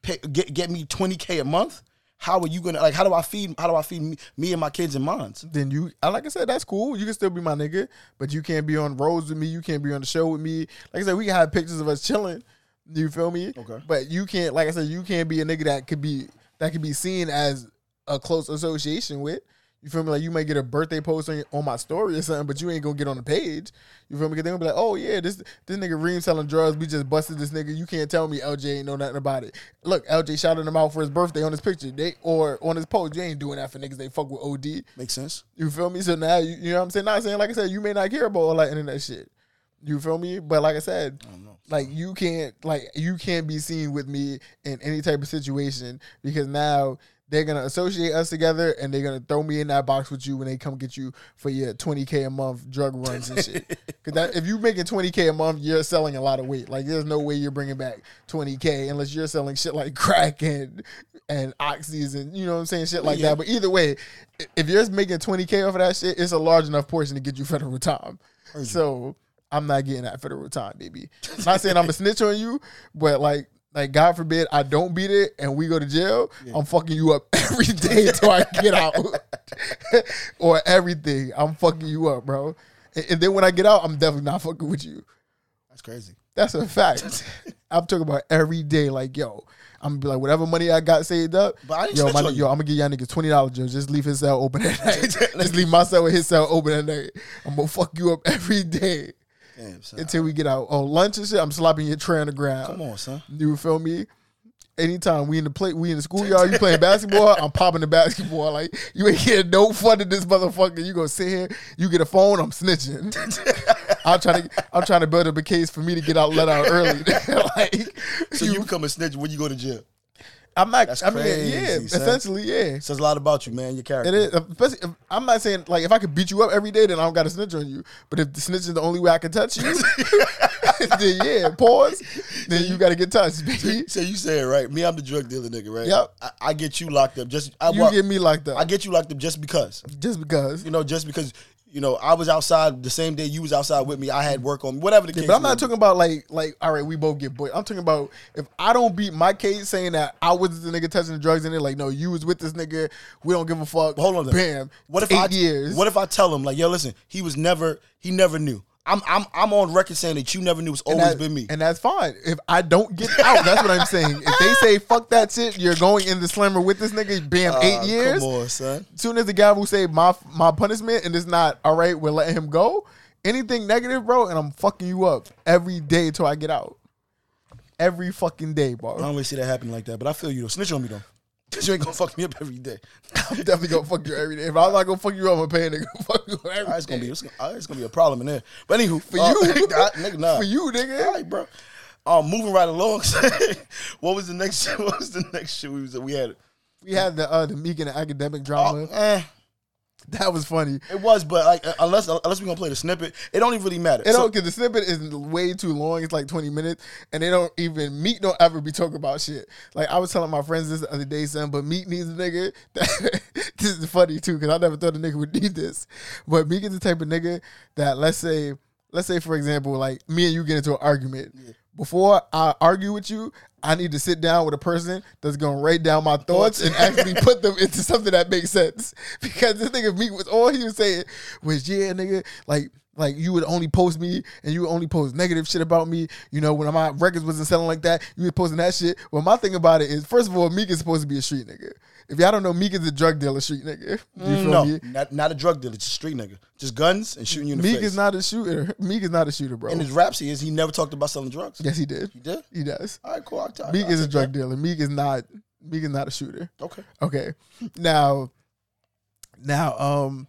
S2: pay, get get me twenty k a month, how are you gonna like? How do I feed? How do I feed me, me and my kids and mines?
S1: then you, I like I said, that's cool. You can still be my nigga, but you can't be on roads with me. You can't be on the show with me. Like I said, we can have pictures of us chilling. You feel me?
S2: Okay.
S1: But you can't, like I said, you can't be a nigga that could be that could be seen as a close association with. You feel me? Like you might get a birthday post on, on my story or something, but you ain't gonna get on the page. You feel me? Because they gonna be like, oh yeah, this this nigga Reem selling drugs. We just busted this nigga. You can't tell me LJ ain't know nothing about it. Look, LJ shouted him out for his birthday on his picture. They or on his post. You ain't doing that for niggas. They fuck with OD.
S2: Makes sense.
S1: You feel me? So now you, you know what I'm saying? Not saying like I said, you may not care about all that internet shit. You feel me? But like I said, like you can't like you can't be seen with me in any type of situation because now they're gonna associate us together and they're gonna throw me in that box with you when they come get you for your 20k a month drug runs and shit. Because that if you making 20k a month, you're selling a lot of weight. Like there's no way you're bringing back 20k unless you're selling shit like crack and and oxys and you know what I'm saying shit like that. But either way, i- if you're making 20k off of that shit, it's a large enough portion to get you federal time. So I'm not getting that federal time, baby. not saying I'm a snitch on you, but like, like God forbid I don't beat it and we go to jail, I'm fucking you up every day till I get out, or everything. I'm fucking you up, bro. And, and then when I get out, I'm definitely not fucking with you.
S2: That's crazy.
S1: That's a fact. I'm talking about every day. Like, yo, I'm gonna be like, whatever money I got saved up,
S2: But I didn't
S1: yo,
S2: snitch
S1: my,
S2: on you.
S1: yo, I'm gonna give y'all niggas twenty dollars, Joe. Just leave his cell open at night. Just leave my cell with his cell open at night. I'm gonna fuck you up every day
S2: Damn, son.
S1: until we get out. Oh, lunch and shit. I'm slapping your tray on the ground.
S2: Come on, son.
S1: You feel me? Anytime we in the play, we in the schoolyard, you playing basketball, I'm popping the basketball. Like you ain't getting no fun in this motherfucker. You gonna sit here, you get a phone, I'm snitching. I'm trying to I'm trying to build up a case for me to get out let out early. like
S2: So you become a snitch when you go to jail.
S1: I'm not
S2: That's
S1: I mean, yeah,
S2: crazy, son.
S1: essentially, yeah.
S2: Says a lot about you, man. Your character.
S1: It is. Especially if, I'm not saying like if I could beat you up every day, then I don't got to snitch on you. But if the snitch is the only way I can touch you, then yeah, pause. Then you got to get touched, baby.
S2: So you say it right. Me, I'm the drug dealer, nigga, right?
S1: Yep.
S2: I, I get you locked up. Just I
S1: You
S2: walk-
S1: get me like
S2: I
S1: that
S2: get you locked up just because.
S1: just because.
S2: You know, just because. You know, I was outside the same day you was outside with me. I had work on whatever the case.
S1: But I'm
S2: may
S1: not
S2: be.
S1: talking about like like all right, we both get boy. I'm talking about if I don't beat my case saying that I was the nigga touching the drugs and they're like, no, you was with this nigga. We don't give a fuck.
S2: Hold on, a minute.
S1: bam.
S2: What if
S1: eight
S2: I
S1: years?
S2: What if I tell him like, yo, listen, he was never, he never knew. I'm, I'm, I'm on record saying that you never knew. It's always
S1: that-
S2: been me.
S1: And that's fine. If I don't get out, that's what I'm saying. If they say fuck that shit, you're going in the slammer with this nigga, bam,
S2: Uh,
S1: eight years.
S2: Come on, son.
S1: Soon as the guy will say my my punishment and it's not all right, we're letting him go. Anything negative, bro, and I'm fucking you up every day till I get out. Every fucking day, bro.
S2: I don't really see that happen like that, but I feel you though. Snitch on me though, cause you ain't gonna fuck me up every day.
S1: I'm definitely gonna fuck you every day. If I'm not gonna fuck you up, I'm gonna pay a nigga. Fuck you every
S2: All right, it's gonna
S1: day.
S2: be, it's gonna, all right, it's gonna be a problem in there. But anywho, uh,
S1: for you,
S2: nigga, nah.
S1: For you, nigga.
S2: All right, bro. Um, moving right along. what was the next? What was the next shit we was we had?
S1: We had the uh, the Meek and the academic drama.
S2: Eh,
S1: That was funny.
S2: it was, but like uh, unless unless we gonna play the snippet, it don't even really matter.
S1: It
S2: So-
S1: don't because the snippet is way too long. It's like twenty minutes, and they don't even Meek don't ever be talking about shit. Like I was telling my friends this the other day, son, but Meek needs a nigga. That, this is funny too because I never thought a nigga would need this, but Meek is the type of nigga that let's say let's say for example, like me and you get into an argument. Before I argue with you, I need to sit down with a person that's gonna write down my thoughts and actually put them into something that makes sense. Because this nigga Meek was all he was saying was, "Yeah, nigga, like." Like you would only post me, and you would only post negative shit about me. You know when my records wasn't selling like that, you were posting that shit. Well, my thing about it is, first of all, Meek is supposed to be a street nigga. If y'all don't know, Meek is a drug dealer, street nigga. You feel
S2: Mm, no,
S1: me?
S2: not, not a drug dealer, just a street nigga. Just guns and shooting you in the
S1: Meek
S2: face.
S1: is not a shooter. Meek is not a shooter, bro.
S2: In his raps, he is. He never talked about selling drugs.
S1: yes, he did. He
S2: did?
S1: He does.
S2: All right, cool. I'll t-
S1: Meek
S2: I'll
S1: is a
S2: take
S1: drug dealer. Meek is not. Meek is not a shooter.
S2: that. Okay.
S1: Okay. Now, now, um,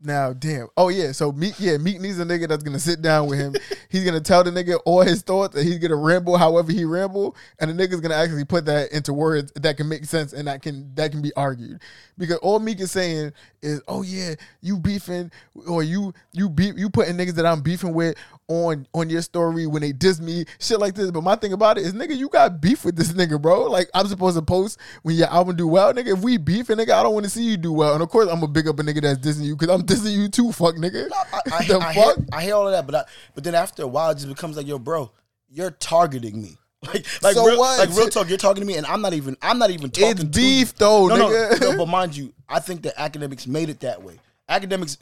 S1: now, damn. Oh yeah. So Meek, yeah, Meek needs a nigga that's gonna sit down with him. he's gonna tell the nigga all his thoughts, and he's gonna ramble however he ramble, and the nigga's gonna actually put that into words that can make sense and that can that can be argued. Because all Meek is saying is, oh yeah, you beefing or you you beef you putting niggas that I'm beefing with on on your story when they diss me, shit like this. But my thing about it is, nigga, you got beef with this nigga, bro. Like I'm supposed to post when your album do well, nigga. If we beefing, nigga, I don't want to see you do well. And of course, I'm gonna big up a nigga that's dissing you because I'm dissing you too, fuck nigga.
S2: I, I,
S1: the
S2: I,
S1: fuck?
S2: Hear, I hear all of that, but I, but then after a while, it just becomes like, yo, bro, you're targeting me.
S1: Like, like,
S2: So
S1: real,
S2: what?
S1: like real talk. You're talking to me, and I'm not even. I'm not even talking.
S2: It's
S1: to you.
S2: beef, though,
S1: No, no,
S2: nigga.
S1: no, But mind you, I think that academics made it that way. Academics,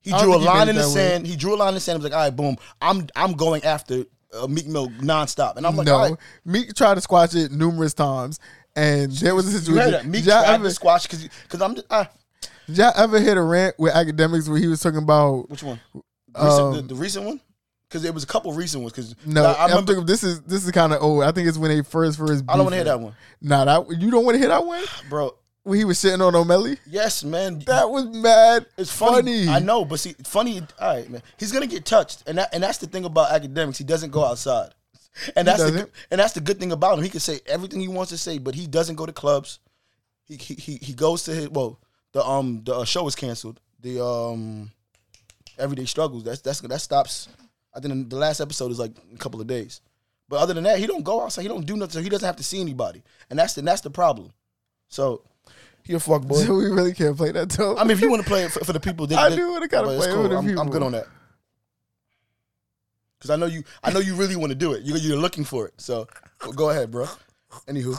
S1: he
S2: I don't
S1: drew a
S2: think he made
S1: line
S2: it
S1: in the
S2: that way.
S1: sand. He drew a line in the sand. I was like, all right, boom. I'm I'm going after uh, Meek Mill nonstop, and I'm like,
S2: no,
S1: all right.
S2: Meek tried to squash it numerous times, and there was a
S1: You heard that?
S2: situation.
S1: Meek
S2: Did y'all
S1: tried
S2: ever,
S1: to squash because because I'm just, ah,
S2: did y'all ever hear a rant with academics where he was talking about
S1: which one? The recent,
S2: Um,
S1: the, the recent one? Because there was a couple recent ones. Because
S2: no?
S1: I, I
S2: I'm
S1: remember.
S2: thinking this is this is kind of old. I think it's when they first first.
S1: I don't want to
S2: beefed.
S1: hear that one,
S2: Nah, that you don't want to hear that one.
S1: bro.
S2: When he was shitting on O'Malley,
S1: Yes, man.
S2: that was mad.
S1: It's funny. I know, but see, funny. All right, man. He's gonna get touched, and that, and that's the thing about academics. He doesn't go outside, and that's the good,
S2: doesn't.
S1: and that's the good thing about him. He can say everything he wants to say, but he doesn't go to clubs. He he he, he goes to his well. The um the uh, show is canceled. The um everyday struggles. That's that's that stops. I think the last episode is like a couple of days. But other than that, he don't go outside. He don't do nothing. So he doesn't have to see anybody, and that's the that's the problem. So he a fuck boy.
S2: So we really can't play that though.
S1: I mean, if you want to play it for, for the people, they,
S2: I
S1: they-
S2: do wanna kinda
S1: but it's
S2: play it for the
S1: I'm, I'm good
S2: people.
S1: on that. Because I know you, I know you really want to do it. You, you're looking for it. So well, go ahead, bro. Anywho,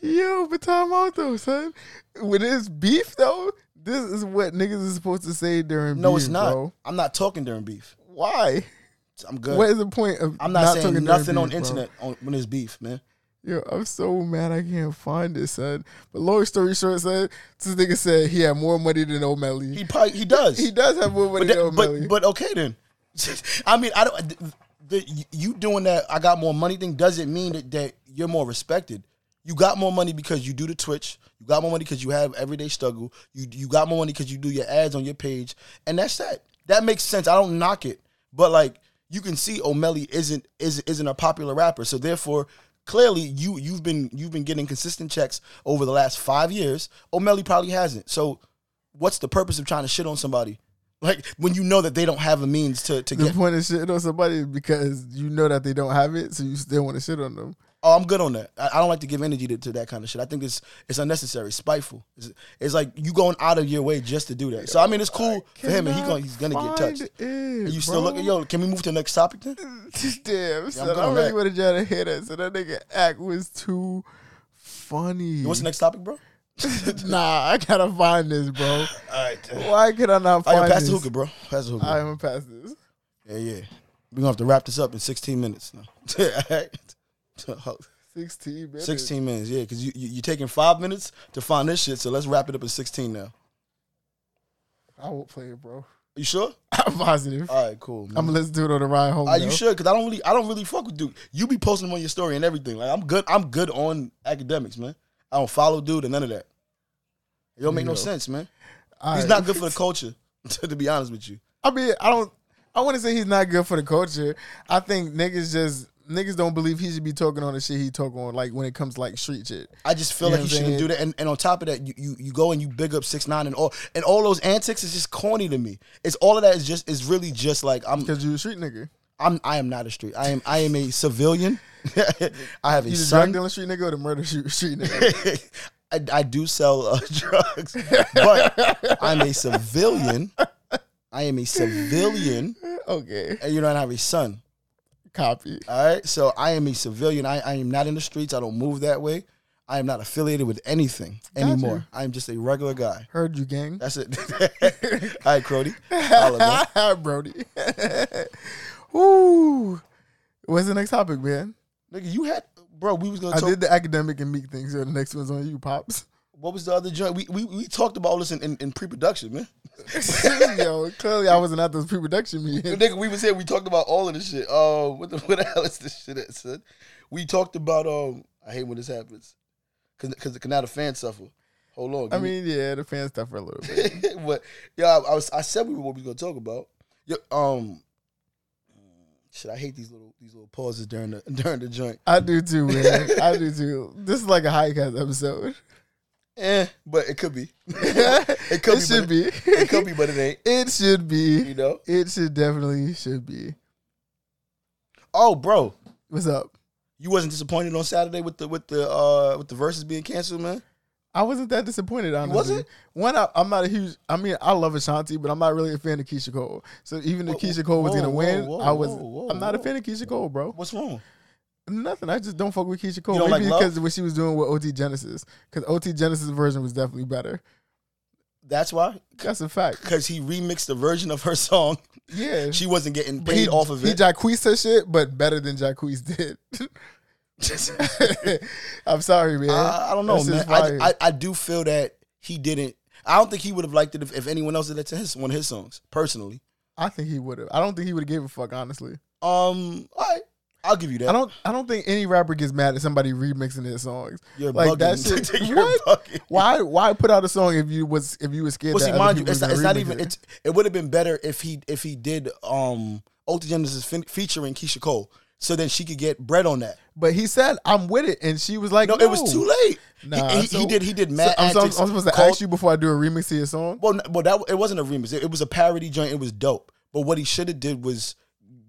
S2: Yo, but time out though, son. When it's beef though, this is what niggas is supposed to say during
S1: no,
S2: beef,
S1: it's not.
S2: bro.
S1: I'm not talking during beef.
S2: Why?
S1: I'm good.
S2: What is the point of
S1: I'm not,
S2: talking
S1: saying
S2: during
S1: nothing
S2: beef,
S1: on
S2: bro?
S1: internet on, when it's beef, man.
S2: Yo, I'm so mad I can't find this, son. But long story short, son, this nigga said he had more money than O'Malley.
S1: He
S2: He,
S1: probably he does.
S2: does have more money
S1: but, that-
S2: than O'Malley.
S1: but but okay then. I mean, I don't. The, the- you doing that? I got more money thing doesn't mean that, that you're more respected. You got more money because you do the Twitch. You got more money because you have everyday struggle. You you got more money because you do your ads on your page, and that's that. That makes sense. I don't knock it, but like you can see, O'Malley isn't isn't isn't a popular rapper, so therefore. Clearly, you you've been you've been getting consistent checks over the last five years. O'Malley probably hasn't. So, what's the purpose of trying to shit on somebody? Like when you know that they don't have the means to, to
S2: the
S1: get.
S2: point of shitting on somebody is because you know that they don't have it, so you still want to shit on them.
S1: Oh, I'm good on that. I, I don't like to give energy to, to that kind of shit. I think it's it's unnecessary, spiteful. It's, it's like you going out of your way just to do that. So I mean, it's cool for him, and he going, he's gonna get
S2: Cannot
S1: touched.
S2: find it,
S1: And you still looking,
S2: bro.
S1: yo? Can we move to the next topic then?
S2: Damn, son,
S1: good
S2: I
S1: on
S2: really
S1: that.
S2: wanted y'all to hear that. So that nigga act was too funny.
S1: What's the next topic, bro?
S2: nah, I gotta find this, bro.
S1: All right,
S2: Why could I not
S1: all
S2: find
S1: right, Oh, pass
S2: this?
S1: the hookah, bro. Pass the hookah.
S2: I am past this.
S1: Yeah, yeah. We are gonna have to wrap this up in 16 minutes now. all right.
S2: Sixteen minutes.
S1: 16 minutes, yeah, because you, you you're taking five minutes to find this shit. So let's wrap it up in 16 now.
S2: I won't play it, bro.
S1: You sure?
S2: I'm positive.
S1: All right, cool. man.
S2: I'm gonna let's do it on the ride home.
S1: Uh, you
S2: though.
S1: should, cause I don't really, I don't really fuck with Duke. You be posting them on your story and everything. Like I'm good, I'm good on academics, man. I don't follow dude and none of that. It don't make no sense, man.
S2: All
S1: He's
S2: right.
S1: not good for the culture, to be honest with you.
S2: I mean, I don't. I want to say he's not good for the culture. I think niggas just niggas don't believe he should be talking on the shit he talk on. Like when it comes to, like street shit.
S1: I just feel
S2: You know
S1: like
S2: what
S1: you
S2: I'm
S1: shouldn't
S2: saying?
S1: do that. And, and on top of that, you, you you go and you big up six nine and all and all those antics is just corny to me. It's all of that is just is really just like I'm
S2: Because you a street nigga.
S1: I'm I am not a street. I am I am a civilian. I have a
S2: You the
S1: son.
S2: drug dealing street nigga or the murder shoot street nigga.
S1: I, I do sell uh, drugs, but I'm a civilian. I am a civilian,
S2: okay,
S1: and you know, and I have a son.
S2: copy.
S1: All right, so I am a civilian. I, I am not in the streets. I don't move that way. I am not affiliated with anything anymore. I am just a regular guy.
S2: Heard you, gang.
S1: That's it. All right, Crody. Holla, man.
S2: Brody. Ooh. What's the next topic, man?
S1: Nigga, you had bro. We was gonna
S2: I
S1: talk.
S2: did the academic and meek thing, so the next one's on you, pops.
S1: What was the other joint? We, we we talked about all this in, in, in pre-production, man.
S2: Yo, clearly I wasn't at those pre-production meetings.
S1: Nigga, we was here. We talked about all of this shit. Oh, what the what the hell is this shit, at, son? We talked about um. I hate when this happens, cause cause, 'cause now the fans suffer. Hold on.
S2: I
S1: give me-
S2: mean, yeah, the fan stuff for a little bit.
S1: but yeah, I, I was I said we were what we gonna talk about. Yo, um, shit, I hate these little these little pauses during the during the joint.
S2: I do too, man. I do too. This is like a high cast episode.
S1: Eh, but it could be.
S2: it
S1: could be,
S2: should
S1: but
S2: be.
S1: It could be, but it ain't.
S2: It should
S1: You
S2: be.
S1: know.
S2: It should definitely should be.
S1: Oh, bro,
S2: What's up?
S1: you wasn't disappointed on Saturday with the with the uh with the verses being canceled, man.
S2: I wasn't that disappointed, honestly.
S1: wasn't?
S2: One, I, I'm not a huge. I mean, I love Ashanti, but I'm not really a fan of Keisha Cole. So even if
S1: Whoa,
S2: Keisha Cole was
S1: whoa,
S2: gonna win,
S1: whoa, whoa,
S2: I was.
S1: whoa, whoa,
S2: I'm not a
S1: whoa.
S2: fan of Keisha Cole, bro.
S1: What's wrong? Nothing. I just don't fuck with Keisha Cole.
S2: You don't
S1: Maybe
S2: like Love?
S1: because of what she was doing with OT Genesis. Because OT Genesis version was definitely better.
S2: That's why,
S1: That's a fact.
S2: because he remixed the version of her song.
S1: Yeah.
S2: She wasn't getting
S1: But
S2: paid
S1: he,
S2: off of
S1: He
S2: it.
S1: Jacquees her shit, but better than Jacquees did. I'm sorry, man.
S2: I, I don't know,
S1: That's
S2: man.
S1: just fire.
S2: I, I, I do feel that he didn't. I don't think he would have liked it if, if anyone else did that to his one of his songs. Personally,
S1: I think he would have. I don't think he would have gave a fuck, honestly.
S2: um, all right, I'll give you that.
S1: I don't. I don't think any rapper gets mad at somebody remixing their songs.
S2: You're
S1: like that
S2: bugging.
S1: shit.
S2: You're
S1: what?
S2: bugging.
S1: Why? Why put out a song if you was if you was scared?
S2: Well,
S1: that
S2: see,
S1: other
S2: mind you,
S1: people
S2: it's
S1: was
S2: not, it's
S1: gonna
S2: not even.
S1: remix it?
S2: It's, it would have been better if he if he did um Ultra Genesis fin- featuring Keisha Cole, so then she could get bread on that.
S1: But he said, "I'm with it," and she was like,
S2: No,
S1: "No,
S2: it was too late. He-
S1: Nah,
S2: he, he,
S1: so-
S2: did. He did
S1: so
S2: mad.
S1: I'm, so- I'm
S2: antics,
S1: supposed to
S2: called-
S1: ask you before I do a remix to your song.
S2: Well, n- well, that it wasn't a remix. It, it was a parody joint. It was dope. But what he should have did was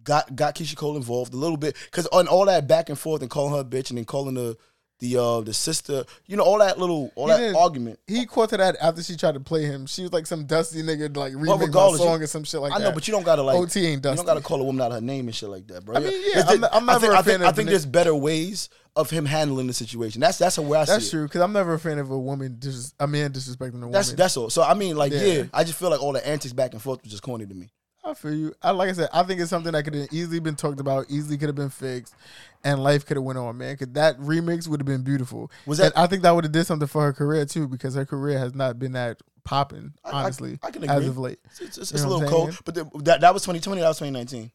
S2: got got Keisha Cole involved a little bit because on all that back and forth and calling her a bitch and then calling the the uh the sister, you know, all that little all
S1: He
S2: that
S1: didn't-
S2: argument.
S1: He quoted that after she tried to play him. She was like some dusty nigga, like remix my
S2: regardless, you-
S1: song or some shit like
S2: I
S1: that.
S2: know, but you don't gotta like
S1: OT ain't
S2: You
S1: dusty.
S2: don't gotta call a woman out her name and shit like that, bro.
S1: I mean, yeah,
S2: There's-
S1: I'm not- I'm
S2: I think,
S1: never a
S2: I think,
S1: fan of
S2: I think
S1: the-
S2: there's better ways of him handling the situation. That's that's where I
S1: That's
S2: see it.
S1: true because I'm never a fan of a woman dis- a man disrespecting a woman.
S2: That's that's all. So I mean, like, yeah.
S1: Yeah.
S2: I just feel like all the antics back and forth was just corny to me.
S1: I feel you. I like I said, I think it's something that could have easily been talked about, easily could have been fixed, and life could have went on, man. Cause that remix would have been beautiful.
S2: Was
S1: Was
S2: that-
S1: that? I think that would have did something for her career too, because her career has not been that popping,
S2: I-
S1: honestly,
S2: I can
S1: as
S2: agree.
S1: of late.
S2: It's, it's, it's
S1: You
S2: a
S1: know what
S2: little
S1: I'm
S2: cold,
S1: saying?
S2: but the, that that was 2020. That was 2019.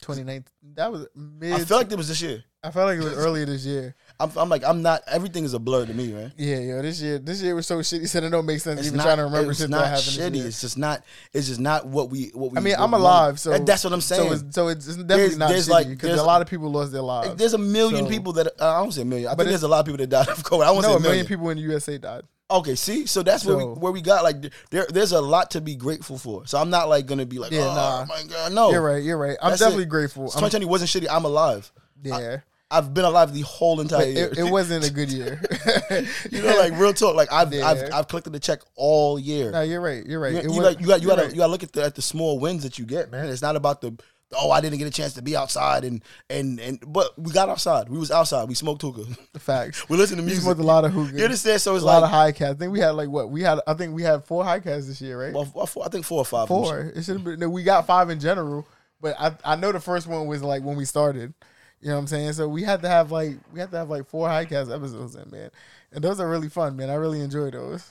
S1: 2019. That was mid.
S2: I feel like it was this year.
S1: I felt like it was earlier this year.
S2: I'm, I'm like, I'm not. Everything is a blur to me, man.
S1: Yeah, yo, this year, this year was so shitty. So it don't make sense
S2: It's
S1: even
S2: not,
S1: trying to remember
S2: it's
S1: shit
S2: not
S1: that happened. this
S2: shitty.
S1: year.
S2: It's just not. It's just not what we. What we.
S1: I mean,
S2: what
S1: I'm
S2: we wanted.
S1: alive, so
S2: That- that's what I'm saying.
S1: So it's, so it's it's definitely
S2: There's-
S1: not
S2: there's
S1: shitty
S2: like-
S1: because
S2: there's-
S1: a lot of people lost their lives.
S2: there's a million
S1: So-
S2: people that uh, I don't say a million. I
S1: But
S2: think
S1: it-
S2: there's a lot of people that died of COVID. I won't
S1: No,
S2: say
S1: a million people in the USA died.
S2: Okay, see, so that's where
S1: So-
S2: we where we got like th- there. There's a lot to be grateful for. So I'm not like gonna be like,
S1: Yeah,
S2: oh
S1: nah.
S2: my god, no.
S1: You're right. You're right. I'm
S2: That's
S1: definitely
S2: it.
S1: grateful. I'm-
S2: 2020 wasn't shitty. I'm alive.
S1: yeah.
S2: I've been alive the whole entire
S1: But
S2: year.
S1: it, it wasn't a good year.
S2: you know, like real talk. Like I've
S1: Yeah.
S2: I've, I've collected a check all year.
S1: no, you're right. You're right.
S2: You,
S1: It
S2: you
S1: was-
S2: got you got you
S1: you're
S2: got
S1: right.
S2: to you got to look at the at the small wins that you get, man. It's not about the oh I didn't get a chance to be outside and and and but we got outside. We was outside. We smoked hookah.
S1: facts.
S2: we listened to
S1: We
S2: music.
S1: smoked a lot of hookah.
S2: You understand? So it's
S1: a lot of
S2: like
S1: high cats. I think we had like what we had. I think we had four high cats this year, right?
S2: well, four- I think four or five. of them.
S1: four. It should have been. No, we got five in general, but I I know the first one was like when we started. You know what I'm saying? So we had to have like we had to have like four high cast episodes in, man, and those are really fun, man. I really enjoy those.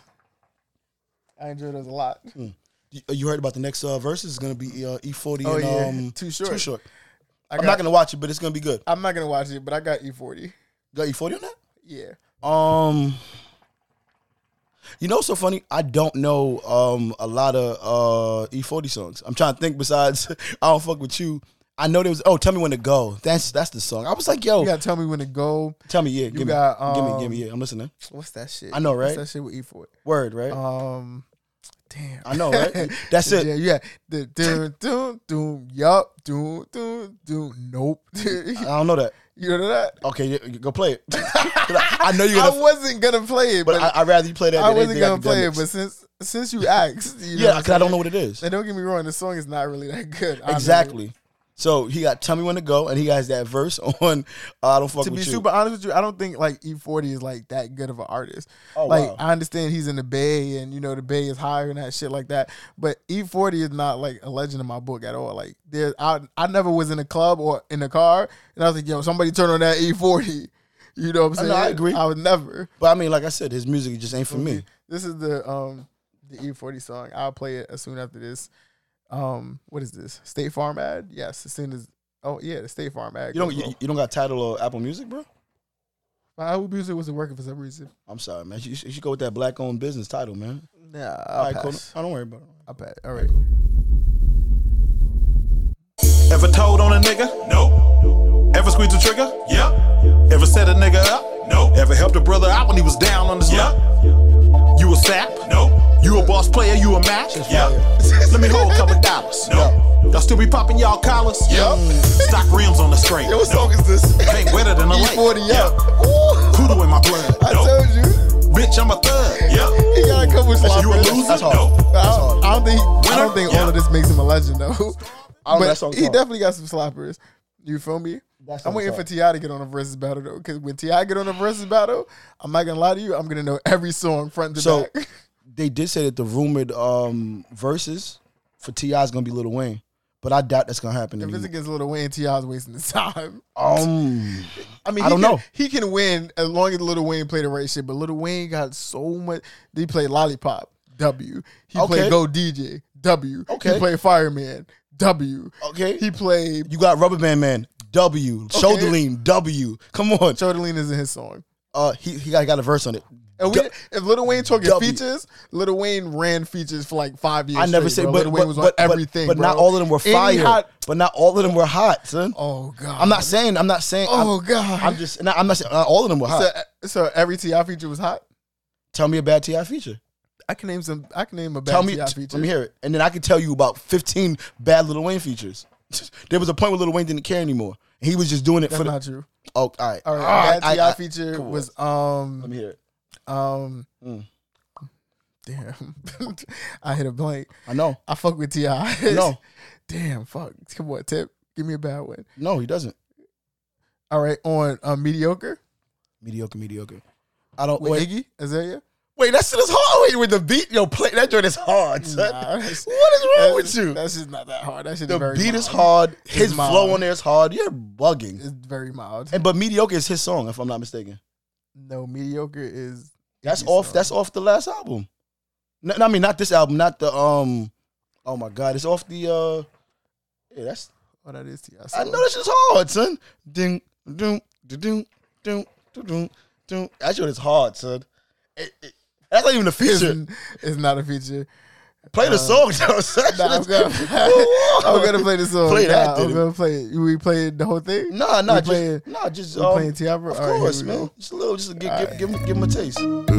S1: I enjoy those a lot.
S2: Mm. You, you heard about the next uh, verse? It's gonna be uh, E40
S1: Oh,
S2: and
S1: yeah.
S2: um,
S1: Too Short.
S2: Too short.
S1: I
S2: I'm
S1: got-
S2: not gonna watch it, but it's gonna be good.
S1: I'm not gonna watch it, but I got E40.
S2: Got E40 on that?
S1: Yeah.
S2: Um, you know, what's so funny. I don't know um a lot of uh E40 songs. I'm trying to think. Besides, I don't fuck with you. I know there was. Oh, tell me when to go. That's that's the song. I was like, yo,
S1: You gotta tell me when to go.
S2: tell me, yeah, give me,
S1: got,
S2: give me,
S1: um,
S2: give me, yeah. I'm listening.
S1: What's that shit?
S2: I know, right?
S1: What's that shit with E40?
S2: Word, right?
S1: Um, damn.
S2: I know, right? That's it.
S1: Yeah, yeah. The doom, doom, doom, yup, doom, doom, doom. Nope.
S2: I
S1: you
S2: don't know that.
S1: know that?
S2: Okay, yeah, go play it. 'Cause I, I know you're
S1: I
S2: gonna,
S1: wasn't gonna play it,
S2: but
S1: but,
S2: I, I'd rather you play that.
S1: I,
S2: than
S1: wasn't
S2: anything
S1: gonna play it.
S2: academics.
S1: But since since you asked, you
S2: yeah,
S1: what I'm
S2: because I don't know
S1: saying?
S2: what it is.
S1: And don't get me wrong, the song is not really that good. honestly.
S2: Exactly. So he got "Tell Me When to Go" and he has that verse on uh, "I Don't Fuck
S1: To
S2: with
S1: be
S2: You."
S1: super honest with you, I don't think like E40 is like that good of an artist.
S2: Oh,
S1: like
S2: wow.
S1: I understand he's in the Bay, and you know the Bay is higher and that shit like that. But E40 is not like a legend in my book at all. Like there, I I never was in a club or in a car, and I was like, yo, somebody turn on that E40. You know what I'm
S2: I
S1: saying?
S2: know, I agree.
S1: I would never.
S2: but I mean, like I said, his music just ain't for me.
S1: This is the um the E40 song. I'll play it as soon after this. Um, what is this? State Farm ad? Yes, as soon as oh yeah, the State Farm ad.
S2: You don't
S1: goes
S2: you,
S1: off.
S2: you don't got title or Apple Music, bro.
S1: my Apple Music wasn't working for some reason.
S2: I'm sorry, man. You, should- you should go with that black-owned business title, man.
S1: Nah,
S2: All
S1: I'll
S2: right, cool.
S1: pass.
S2: I don't worry about it.
S1: I'll pass. All right.
S9: Ever told on a nigga? No. Ever squeezed a trigger? Yep. Ever set a nigga up? No. Ever helped a brother out when he was down on his yep. You a sap? No. You a boss player? You a match? Yep. Let me hold a couple dollars. No. Y'all still be popping y'all collars? Yep. Stock rims on the straight.
S1: Yo, what song is this?
S9: Paint wetter than a lake.
S1: E40
S9: Yep.
S1: up. Ooh,
S9: Poodle in my blood.
S1: I told you.
S9: Bitch, I'm a thug.
S1: He
S9: Yep.
S1: got a couple sloppers.
S9: You a loser?
S2: That's hard.
S9: No.
S1: But I don't, I don't think, I don't think all
S9: Yeah.
S1: of this makes him a legend, though.
S2: I don't know
S1: but
S2: that song.
S1: he definitely got some sloppers. You feel me?
S2: That's
S1: I'm
S2: what
S1: waiting
S2: I'm
S1: for Ti to get on a versus battle though, because when Ti get on a versus battle, I'm not gonna lie to you, I'm gonna know every song front to
S2: So
S1: back.
S2: they did say that the rumored um verses for Ti is gonna be Lil Wayne, but I doubt that's gonna happen.
S1: If it's
S2: anymore.
S1: against Lil Wayne, Ti's wasting his time.
S2: Um,
S1: I mean,
S2: I
S1: he
S2: don't
S1: can-
S2: know.
S1: He can win as long as Lil Wayne play the right shit. But Lil Wayne got so much. He played Lollipop W. He
S2: Okay.
S1: played Go DJ W.
S2: Okay.
S1: He played Fireman W.
S2: Okay.
S1: He played.
S2: you got Rubber Band Man W, Shoulder Lean W. Come on,
S1: Chodeline is in his song.
S2: uh, he he got, got a verse on it.
S1: And we,
S2: Du-
S1: if Lil Wayne talking
S2: W.
S1: features, Lil Wayne ran features for like five years.
S2: I never
S1: straight,
S2: said,
S1: bro.
S2: but
S1: Lil Wayne
S2: but,
S1: was
S2: but,
S1: on
S2: but-
S1: everything,
S2: but not
S1: bro.
S2: all of them were
S1: Any
S2: fire.
S1: hot-
S2: but not all of them were hot, son.
S1: oh god,
S2: I'm not saying. I'm not saying. I'm-
S1: Oh, God.
S2: I'm just. Not, I'm not saying. Not all of them were hot.
S1: So, so every Ti feature was hot.
S2: tell me a bad Ti feature.
S1: I can name some. I can name a bad
S2: tell me.
S1: Ti
S2: t-
S1: feature.
S2: Let me hear it, and then I can tell you about 15 bad Little Wayne features. there was a point where Little Wayne didn't care anymore. He was just doing it
S1: That's
S2: for the.
S1: not true.
S2: Oh, all right.
S1: All right,
S2: Ah,
S1: bad
S2: I-
S1: Ti
S2: I-
S1: feature
S2: come on.
S1: was um.
S2: Let me hear it.
S1: Um,
S2: Mm.
S1: damn, I hit a blank.
S2: I know.
S1: I fuck with Ti.
S2: No.
S1: damn, fuck. Come on, tip. Give me a bad one.
S2: No, he doesn't.
S1: All right, on uh, mediocre
S2: Mediocre, mediocre. I don't.
S1: with
S2: Wait,
S1: Iggy Azalea.
S2: wait, that shit is hard. Wait, with the beat, yo, play that joint is hard. son.
S1: Nah,
S2: what is
S1: that's-
S2: wrong with
S1: that's-
S2: you?
S1: That's just not that hard. That shit
S2: The
S1: is very
S2: beat
S1: mild.
S2: is hard. His
S1: mild.
S2: flow on there is hard. You're bugging.
S1: It's very mild.
S2: And but mediocre is his song, if I'm not mistaken.
S1: no, mediocre is
S2: That's
S1: Iggy's
S2: off.
S1: song.
S2: That's off the last album. No, no, I mean not this album. Not the um. Oh my God, it's off the. uh Yeah, that's.
S1: oh, that is Ti.
S2: I know that shit's hard, son. Ding, ding, ding, ding, ding, ding, ding, ding. That shit is hard, son. It- it- that's not even a feature.
S1: It's, it's not a feature.
S2: Play the song, though. son.
S1: Nah, I'm gonna, I'm gonna play this song.
S2: Play that,
S1: Nah, I'm
S2: then.
S1: gonna play. We played the whole thing.
S2: Nah, nah,
S1: We
S2: just,
S1: playing-
S2: nah, just
S1: we
S2: um,
S1: playing Ti, bro?
S2: Of
S1: All right, here
S2: course,
S1: we
S2: man.
S1: go.
S2: Just a little, just a, give, give, give, him- give him a taste.
S10: Okay.
S9: Oh,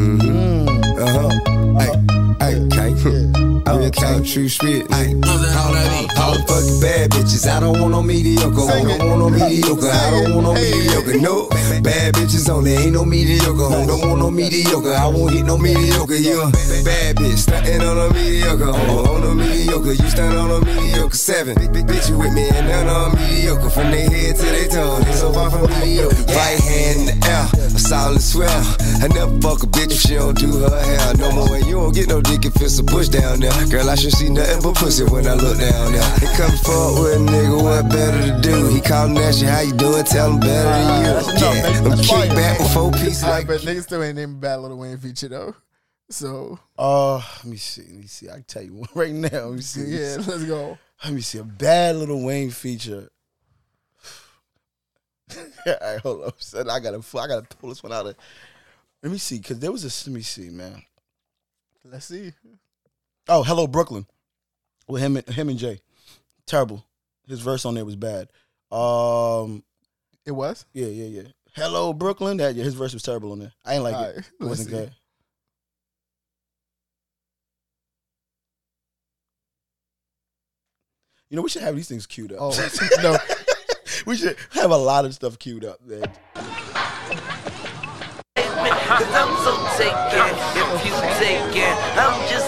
S10: Real talk, true shit. Ay, All all the fucking bad bitches. I don't want no mediocre. I
S1: Sing
S10: don't
S1: it.
S10: want no mediocre. I don't want no mediocre. No bad bitches only. Ain't no mediocre. I don't want no mediocre. I won't hit no mediocre. You a bad bitch stunting on a mediocre. On, on a mediocre. You stunt on a mediocre. Seven Big- big bitch you with me and none on mediocre. From their head to their toe, they so far from mediocre. Right hand in the air, a solid swell. I never fuck a bitch if she don't do her hair no more. And you don't get no dick if it's a push down there. Girl, I should see nothing but pussy when I look down there. He come forward with a nigga, what better to do? He calling at you, how you doing? Tell him better than you.
S2: That's enough,
S10: Yeah,
S2: baby.
S10: I'm
S2: That's
S10: kick
S2: fire.
S10: back with four pieces
S1: All right,
S10: like
S1: but niggas still ain't named Bad Little Wayne feature though. So
S2: Uh, let me see. Let me see. I can tell you one right now. Let me see.
S1: yeah, let's go.
S2: Let me see. A bad little Wayne feature. All right, hold up. Son. I gotta, I gotta pull this one out of. Let me see, cause there was a. Let me see, man.
S1: Let's see.
S2: Oh, hello Brooklyn, with him, and him and Jay. Terrible. His verse on there was bad. Um,
S1: It was.
S2: Yeah, yeah, yeah. Hello, Brooklyn. That yeah, his verse was terrible on there. I ain't like
S1: All
S2: it.
S1: right,
S2: It wasn't
S1: let's see.
S2: good. You know, we should have these things queued up.
S1: Oh no,
S2: we should have a lot of stuff queued up. Man.
S11: I'm so taken, if you taken, I'm just.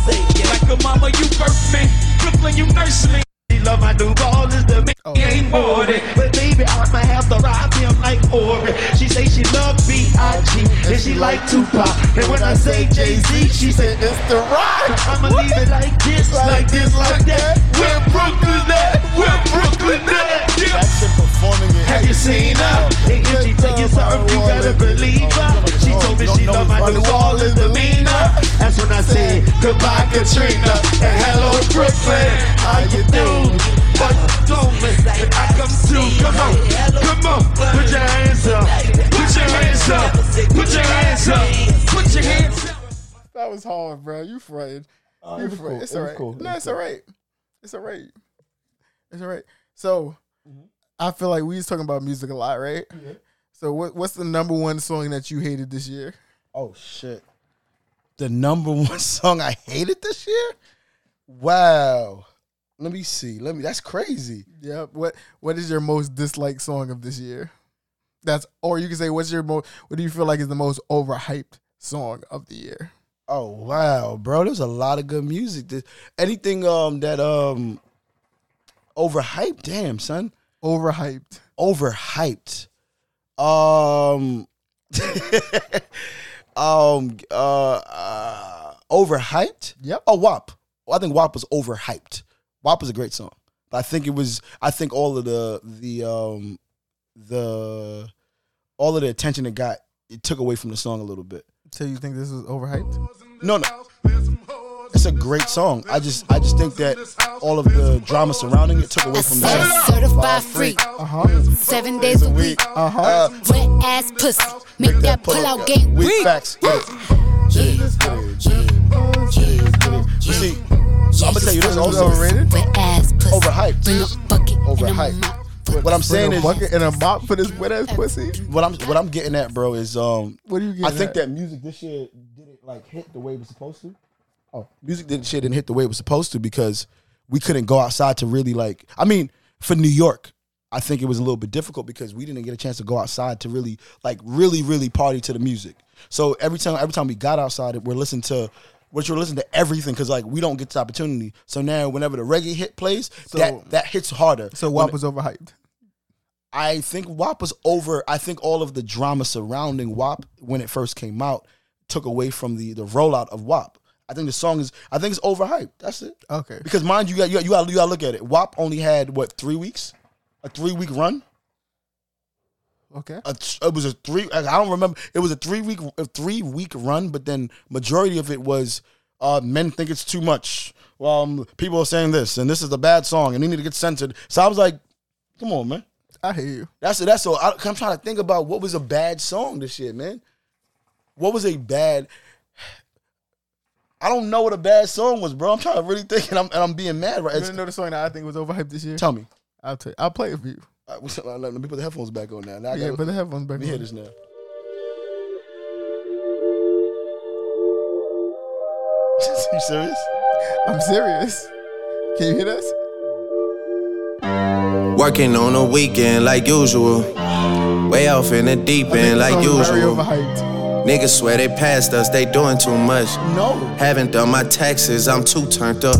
S11: Like a mama, you birthed me. Brooklyn, you nursed me. Love I do all is the man
S1: Oh.
S11: ain't more than But baby, I might have to rob him like Orin She say she love B.I.G. And she like Tupac And when I say Jay-Z, she say
S1: it's the rock.
S11: I'ma leave it like this, like this, like that We're Brooklyn at, we're Brooklyn at yeah.
S2: shit performing it.
S11: Have you seen her? And if she take you something, you
S1: Oh,
S11: better believe her. She told me she loved my New Orleans demeanor. That's when I said goodbye, Katrina, and hello Brooklyn. How you doing? What doing? And I come to, come on, come on, put your hands up, put your hands up, put your hands up, put your hands up.
S1: That was hard, bro. You fried.
S2: Uh, it
S1: you
S2: was
S1: fried.
S2: cool.
S1: It's
S2: It was
S1: alright.
S2: cool. It
S1: No,
S2: was
S1: it's alright. It's alright. It's alright. So,
S2: Mm-hmm.
S1: I feel like we was talking about music a lot, right? So, what what's the number one song that you hated this year?
S2: Oh shit. The number one song I hated this year? Wow. Let me see. Let me that's crazy.
S1: Yep. What What is your most disliked song of this year? That's or you can say what's your most. What do you feel like is the most overhyped song of the year?
S2: Oh wow, bro! There's a lot of good music. This- Anything um that um
S1: Overhyped? Damn, son.
S3: Overhyped.
S1: Overhyped. Um. um. Uh, uh. Overhyped.
S3: Yep.
S1: Oh, WAP. Well, I think WAP was overhyped. WAP was a great song. But I think it was. I think all of the the um the all of the attention it got it took away from the song a little bit.
S3: So you think this was overhyped?
S1: No, no. It's a great song. I just I just think that all of the drama surrounding it took away from the
S2: Certified,
S1: song.
S2: certified freak. Seven days a week.
S1: Uh-huh.
S2: Wet ass pussy. Make that pull out gate
S1: Weak
S2: weak.
S1: facts. You see, I'm gonna tell you this also.
S3: Overrated?
S2: Wet ass pussy.
S1: Overhyped.
S2: Bring a bucket.
S1: Overhyped. What I'm saying
S3: Bring a
S1: is,
S3: bucket and a mop for this wet ass pussy.
S1: what I'm what I'm getting at, bro, is um,
S3: What are you getting?
S1: I think
S3: at?
S1: that music this year didn't like hit the way it was supposed to. Oh, music didn't shit didn't hit the way it was supposed to because we couldn't go outside to really like. I mean, for New York, I think it was a little bit difficult because we didn't get a chance to go outside to really like really really party to the music. So every time every time we got outside, we're listening to. Which we're listening to everything because like we don't get this opportunity. So now whenever the reggae hit plays,
S3: So-
S1: that that hits harder.
S3: So
S1: When-
S3: WAP was overhyped.
S1: I think WAP was over. I think all of the drama surrounding WAP when it first came out took away from the the rollout of WAP. I think the song is. I think it's overhyped. That's it.
S3: Okay.
S1: Because mind you, you got you got you got to look at it. WAP only had what three weeks, a three week run.
S3: Okay.
S1: A, th- it was a three. I don't remember. It was a three week a three week run, but then majority of it was uh, men think it's too much. Well, um, people are saying this, and this is a bad song, and they need to get censored. So I was like, come on, man.
S3: I hear you.
S1: That's that's so. I, I'm trying to think about what was a bad song this year, man. What was a bad? I don't know what a bad song was, bro. I'm trying to really think, and I'm and I'm being mad right.
S3: You
S1: It's,
S3: didn't know the song that I think was overhyped this year?
S1: tell me.
S3: I'll tell you. I'll play it for you.
S1: All right, what's up? Let me put the headphones back on now. Now I
S3: Yeah,
S1: gotta-
S3: put the headphones back
S1: let me hear
S3: on.
S1: this now. you serious?
S3: I'm serious. Can you hear this?
S12: Working on a weekend like usual. Way off in the deep
S3: I think
S12: end
S3: the
S12: like
S3: song was Very
S12: usual.
S3: overhyped.
S12: Niggas swear they passed us, they doing too much.
S1: No.
S12: Haven't done my taxes, I'm too turned up.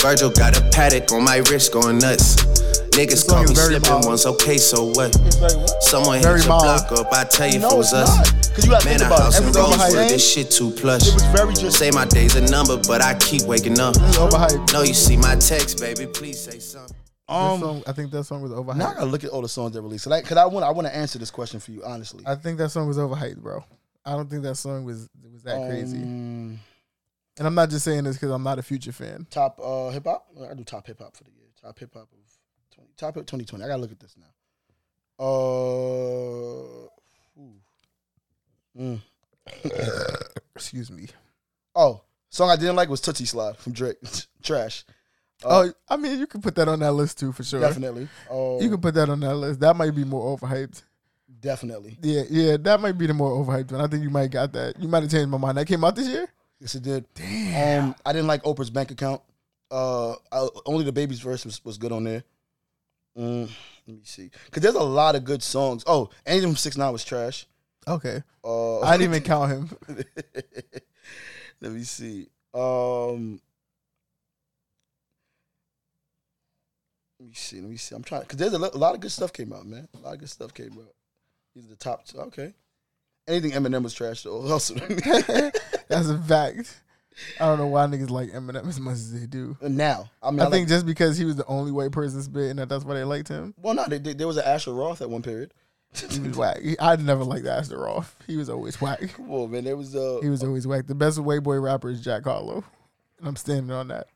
S12: Virgil got a paddock on my wrist going nuts. Niggas caught me
S3: is very
S12: slipping
S3: mild.
S12: once, okay, so what? Someone
S3: Very
S12: hit your
S3: mild.
S12: block up, I tell you,
S1: No,
S12: if it was
S1: it's
S12: us.
S1: not. 'Cause you gotta
S12: Man,
S1: think
S12: a
S1: about it.
S12: house in
S1: Everything was
S12: Rosewood,
S1: hyped.
S12: this shit too plush.
S1: It was very just.
S12: Say my day's a number, but I keep waking up.
S3: It was
S1: Um,
S3: overhyped.
S12: No, you see my text, baby, please say something.
S3: This
S1: Um,
S3: song, I think that song was overhyped.
S1: now I gotta look at all the songs that released. Like, cause I want I want to answer this question for you honestly.
S3: I think that song was overhyped, bro. I don't think that song was was that crazy.
S1: Um,
S3: And I'm not just saying this because I'm not a Future fan.
S1: top uh, hip hop. I do top hip hop for the year. Top hip hop of twenty. Top hip twenty twenty. I gotta look at this now. Uh, ooh. Mm.
S3: Excuse me.
S1: oh, song I didn't like was Tootsie Slide from Drake. Trash, Uh,
S3: Oh, I mean, you can put that on that list too for sure.
S1: definitely. Oh,
S3: You can put that on that list. That might be more overhyped.
S1: definitely.
S3: Yeah, yeah, that might be the more overhyped one. I think you might got that. You might have changed my mind. That came out this year.
S1: Yes, it did. Damn. Um, I didn't like Oprah's bank account. Uh, I, only the baby's verse was, was good on there. Mm, let me see, cause there's a lot of good songs. Oh, anything from Six Nine was trash.
S3: Okay,
S1: Uh,
S3: I didn't even count him.
S1: Let me see. Um, let me see. Let me see. I'm trying because there's a, lo- a lot of good stuff came out, man. A lot of good stuff came out. These are the top two. Okay. Anything Eminem was trash though. Also,
S3: That's a fact. I don't know why niggas like Eminem as much as they do.
S1: now I mean,
S3: I,
S1: I,
S3: think
S1: like-
S3: just because he was the only white person spitting, that that's why they liked him.
S1: well, no, they, they, there was an Asher Roth at one period.
S3: He was whack. He- I never liked Asher Roth. He was always whack.
S1: Come on, man. There was uh,
S3: He was always whack. The best white boy rapper is Jack Harlow, and I'm standing on that.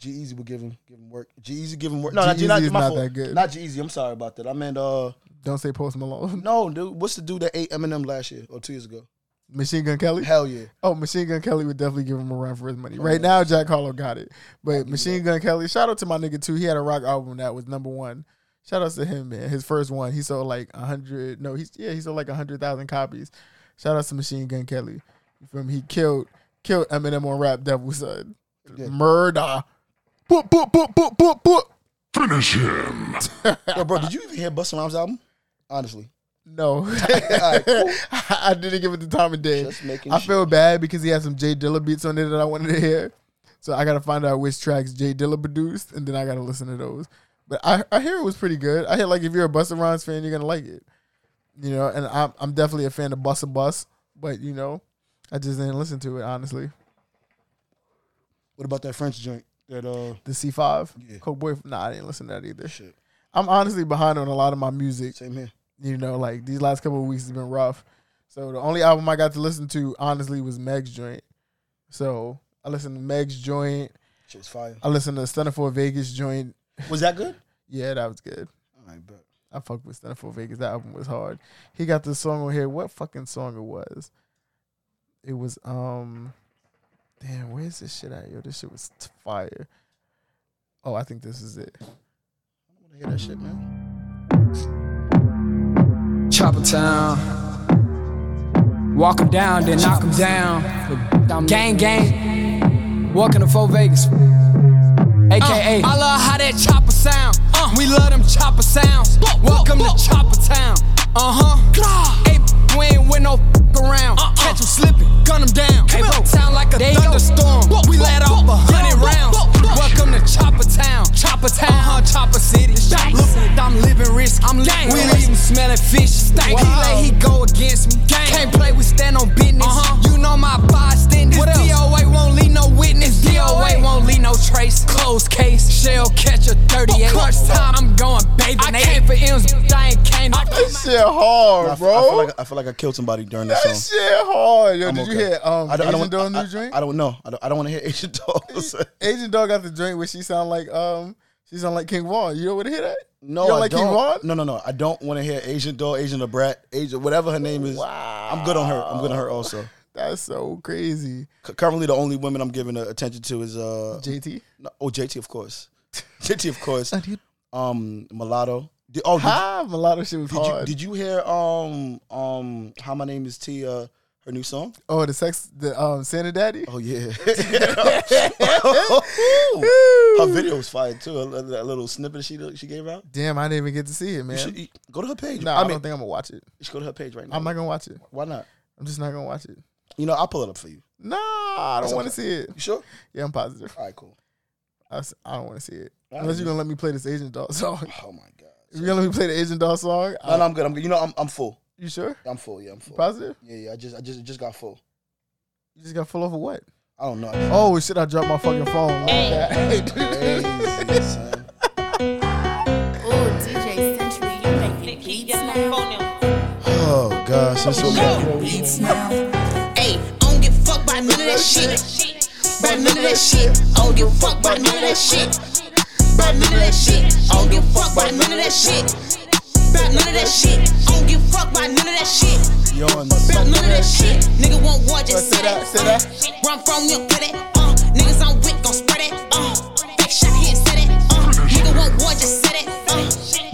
S1: G Easy would give him give him work. G Easy give him work. No, not G
S3: G-Eazy
S1: not
S3: is
S1: my
S3: not
S1: fault.
S3: that good.
S1: Not G Easy. I'm sorry about that. I meant uh,
S3: Don't say Post Malone.
S1: no, dude. What's the dude that ate Eminem last year or two years ago?
S3: Machine Gun Kelly.
S1: Hell yeah.
S3: Oh, Machine Gun Kelly would definitely give him a run for his money. Right now, Jack Harlow got it, but Machine Gun Kelly. Shout out to my nigga too. He had a rock album that was number one. Shout out to him, man. His first one, he sold like a hundred. No, he's yeah, he sold like a hundred thousand copies. Shout out to Machine Gun Kelly. You feel me? He killed killed Eminem on Rap Devil Son. Murder. Boop boop boop boop boop boop.
S1: Yo, bro, did you even hear Busta Rhymes album? Honestly,
S3: No,
S1: right, cool.
S3: I didn't give it the time of day.
S1: Just making
S3: I
S1: sure.
S3: feel bad because he had some Jay Dilla beats on it that I wanted to hear.
S1: So I gotta find out which tracks Jay Dilla produced, and then I gotta listen to those. But I, I hear it was pretty good. I hear like if you're a Busta Rhymes fan, you're gonna like it. You know, and I'm I'm definitely a fan of Busta Bus, but you know, I just didn't listen to it honestly.
S2: What about that French joint? That uh,
S1: the C five, Coke Boy. Nah, I didn't listen to that either. I'm honestly behind on a lot of my music.
S2: Same here.
S1: You know, like these last couple of weeks has been rough. So the only album I got to listen to honestly was Meg's joint. So I listened to Meg's joint.
S2: Shit was fire.
S1: I listened to Stunner for Vegas joint.
S2: Was that good?
S1: yeah, that was good.
S2: I bet.
S1: I fucked with Stunner for Vegas. That album was hard. He got this song on here. What fucking song it was? It was um, damn. Where's this shit at? Yo, this shit was t- fire. Oh, I think this is it.
S2: Hear that shit, man.
S13: Chopper Town. Walk 'em down, then knock 'em down. Gang, gang. Walking to Faux Vegas. AKA.
S14: Uh, I love how that chopper sound. Uh, we love them chopper sounds. Welcome to Chopper Town. Uh huh. Hey, we ain't with no f- around.
S13: Uh-uh.
S14: Catch 'em slipping, gun 'em down. Hey, bro, sound like a
S13: There you go.
S14: thunderstorm. We
S13: Whoa,
S14: let
S13: whoa,
S14: off a hundred
S13: whoa,
S14: rounds.
S13: whoa, whoa.
S14: Welcome to Chopper Town. Chopper Town. Uh huh. Chopper City. Look, I'm living risk. I'm living. We leaving smelling fish. Stank. He
S13: Wow.
S14: let he go against me. Can't play. We stand on business. You know my bystanders. Uh-huh. What else? DOA won't leave no witness. DOA won't leave no trace. Closed case. Shell catcher 38. Clutch time. I'm going baby. I came for M's. I ain't came.
S1: This shit hard,
S2: bro. I, feel like, I feel like I killed somebody during that song.
S1: shit hard. Yo,
S2: I'm
S1: did you
S2: okay.
S1: hear um,
S2: I don't- I
S1: Asian
S2: don't want-
S1: Dog
S2: I-
S1: new drink?
S2: I don't know. I don't, I don't want to hear Asian Dolls.
S1: Asian Dog got the drink where she sound like um, she sound like King Vaughn. You don't want to hear that?
S2: No,
S1: you don't
S2: I
S1: like King
S2: don't.
S1: Vaughn.
S2: No, no, no. I don't want to hear Asian doll, Asian the brat, Asian whatever her name is. I'm good on her. I'm good on her also.
S1: That's so crazy.
S2: Currently, the only women I'm giving uh, attention to is uh
S1: JT.
S2: No, oh, JT of course. JT of course. um, mulatto. Did- oh, did,
S1: Ha, mulatto shit was
S2: did
S1: hard.
S2: You, did you hear um um how my name is T? Uh, her new song.
S1: Oh, the sex, the um, Santa Daddy.
S2: Oh yeah. her video was fire too. A, a- that little snippet she she gave out.
S1: Damn, I didn't even get to see it, man.
S2: should- you- go to her page.
S1: Nah,
S2: I
S1: I,
S2: mean-
S1: don't think I'm gonna watch it.
S2: You should go to her page right now.
S1: I'm not gonna watch it.
S2: Why not?
S1: I'm just not gonna watch it.
S2: You know, I'll pull it up for you.
S1: Nah, I
S2: That's
S1: don't want to
S2: okay.
S1: see it.
S2: You sure?
S1: Yeah, I'm positive.
S2: All right, cool.
S1: I, s- I don't want to see it
S2: All
S1: unless
S2: right.
S1: you're gonna let me play this Asian Doll song.
S2: Oh my god.
S1: If you're gonna let me play the Asian Doll song,
S2: No, no, I'm good. I'm good. You know, I'm I'm full.
S1: You sure?
S2: I'm full. Yeah, I'm full.
S1: Positive?
S2: Yeah, yeah. I just I just just got full.
S1: You just got full over what?
S2: I don't know.
S1: Oh shit! I dropped my fucking phone.
S15: DJ Century, you making beats now.
S2: Oh gosh, that's so good.
S16: beats now. Ayy, I don't give a fuck by none of that shit. By none of that shit. I don't give a fuck by none of that shit. By none of that shit. I don't give a fuck by none of that shit. By none of that shit. I don't give a fuck by none of that shit. About none of that shit. Nigga won't war, just say that. Say that. Uh, Run from you, get it. Uh, niggas on wit, gon' spread it. Uh, back shot hit, set it. Uh, nigga won't war, just set it. Uh,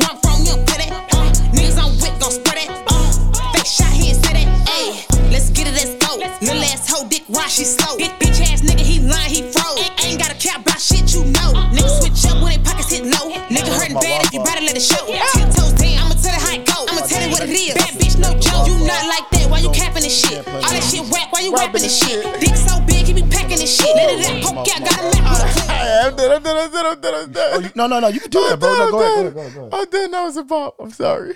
S16: run from you, get it. Uh, niggas on wit, gon' spread it. Uh, back shot hit, set it. Ayy, let's get it, let's go. Little ass hoe, dick, why she slow? Big bitch ass nigga, he lying, he Uh-uh. froze. Ain't gotta care about shit, you know. Niggas switch up when they pockets hit low. Nigga hurting bad if you better let it show. Ten toes down, I'ma tell it how it go. I'ma tell it what it is. Bad bitch, no joke. You not like that, why you capping this shit? All that shit whack, why you rapping this shit? Dick so big, he be packing this shit. Let it out, poke out, got a lap with a clip.
S1: I'm dead. I'm dead. I'm dead. I'm dead. I'm dead.
S2: no, no, no. Oh, You can do that, bro. No, go ahead. Go ahead. Go ahead.
S1: Oh, damn, that was a bop. I'm sorry.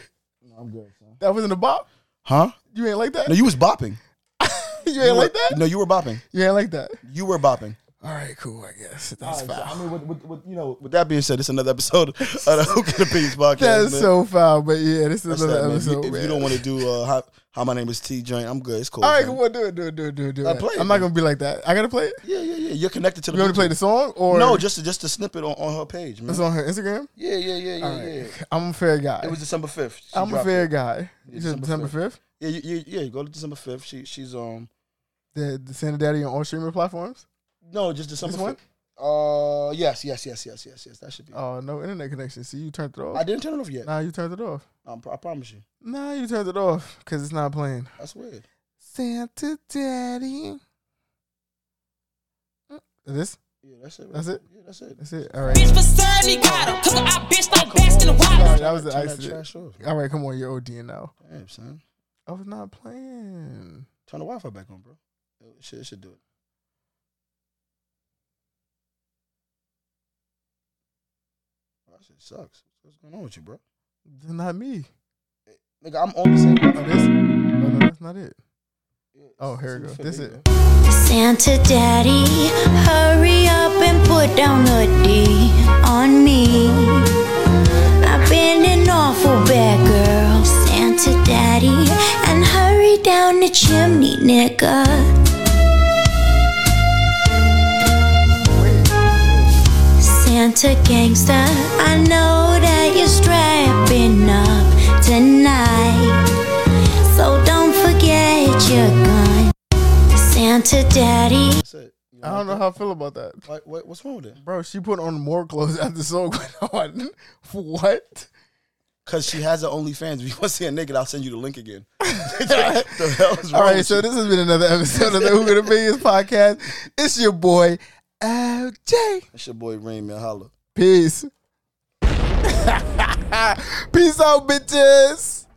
S2: I'm good.
S1: That wasn't a bop.
S2: Huh?
S1: You ain't like that.
S2: No, you was bopping.
S1: you ain't
S2: were-
S1: like that.
S2: No, you were bopping.
S1: You ain't like that.
S2: You were bopping.
S1: All right, cool. I guess that's
S2: All right, so,
S1: foul.
S2: I mean, with, with, with, you know, with that being said, it's another episode of the Who Can Opinions podcast.
S1: That's
S2: man.
S1: so foul. But yeah, this is
S2: That's
S1: another
S2: that, man. If you-
S1: episode.
S2: If
S1: man.
S2: you don't want to do uh, how, how my name is T Joint, I'm good. It's cool.
S1: All right,
S2: man.
S1: come on, do it, do it, do it, do it, do
S2: I
S1: it.
S2: play it,
S1: I'm not gonna be like that. I gotta play it.
S2: Yeah, yeah, yeah. You're connected to the.
S1: You want to play the song or
S2: no? Just just a snippet on, on her page, man.
S1: it's on her Instagram?
S2: Yeah, yeah, yeah, yeah,
S1: All right.
S2: yeah.
S1: I'm a fair guy.
S2: It was December fifth.
S1: I'm a fair guy. You said December fifth.
S2: Yeah, you- yeah, yeah. Go to December fifth. She she's um
S1: The the Santa Daddy on all streaming platforms.
S2: no just December
S1: This one?
S2: fifth. Uh yes yes yes yes yes yes that should be.
S1: Oh no, internet connection. See, you turned it off.
S2: I didn't turn it off yet.
S1: Nah, you turned it off.
S2: Um, I promise you.
S1: Nah, you turned it off because it's not playing.
S2: That's weird.
S1: Santa Daddy. Is this?
S2: Yeah, that's it.
S1: That's it.
S2: Yeah, that's it.
S1: That's it. All right.
S16: Bitch for certainly got her. Cause I bitch like Baskin and
S1: Sorry,
S16: Robbins.
S1: that was an
S2: Turn that
S1: accident.
S2: trash off.
S1: All right, come on, you're ODing now.
S2: Damn son,
S1: I was not playing.
S2: turn the Wi-Fi back on, bro. It should, it should do it. Oh, Shit sucks. What's going on with you, bro?
S1: Not me.
S2: Nigga, I'm on the same.
S1: Oh, this? Oh, no, that's not it. Oh, here we go. This it.
S17: Santa Daddy, hurry up and put down the D on me. I've been an awful bad girl, Santa Daddy, and hurry down the chimney, nigga. Santa gangster, I know that you're strapping up tonight. So don't forget your gun. Santa Daddy.
S1: I don't know how I feel about that.
S2: What, what's wrong with it?
S1: Bro, she put on more clothes after the song went on. what?
S2: Cause she has her OnlyFans. If you want to see a naked, I'll send you the link again. the hell is wrong
S1: All right,
S2: with
S1: so
S2: you?
S1: this has been another episode of the Who Gonna Millions podcast. It's your boy, LJ.
S2: It's your boy Raymond Holla.
S1: Peace. Peace out, bitches.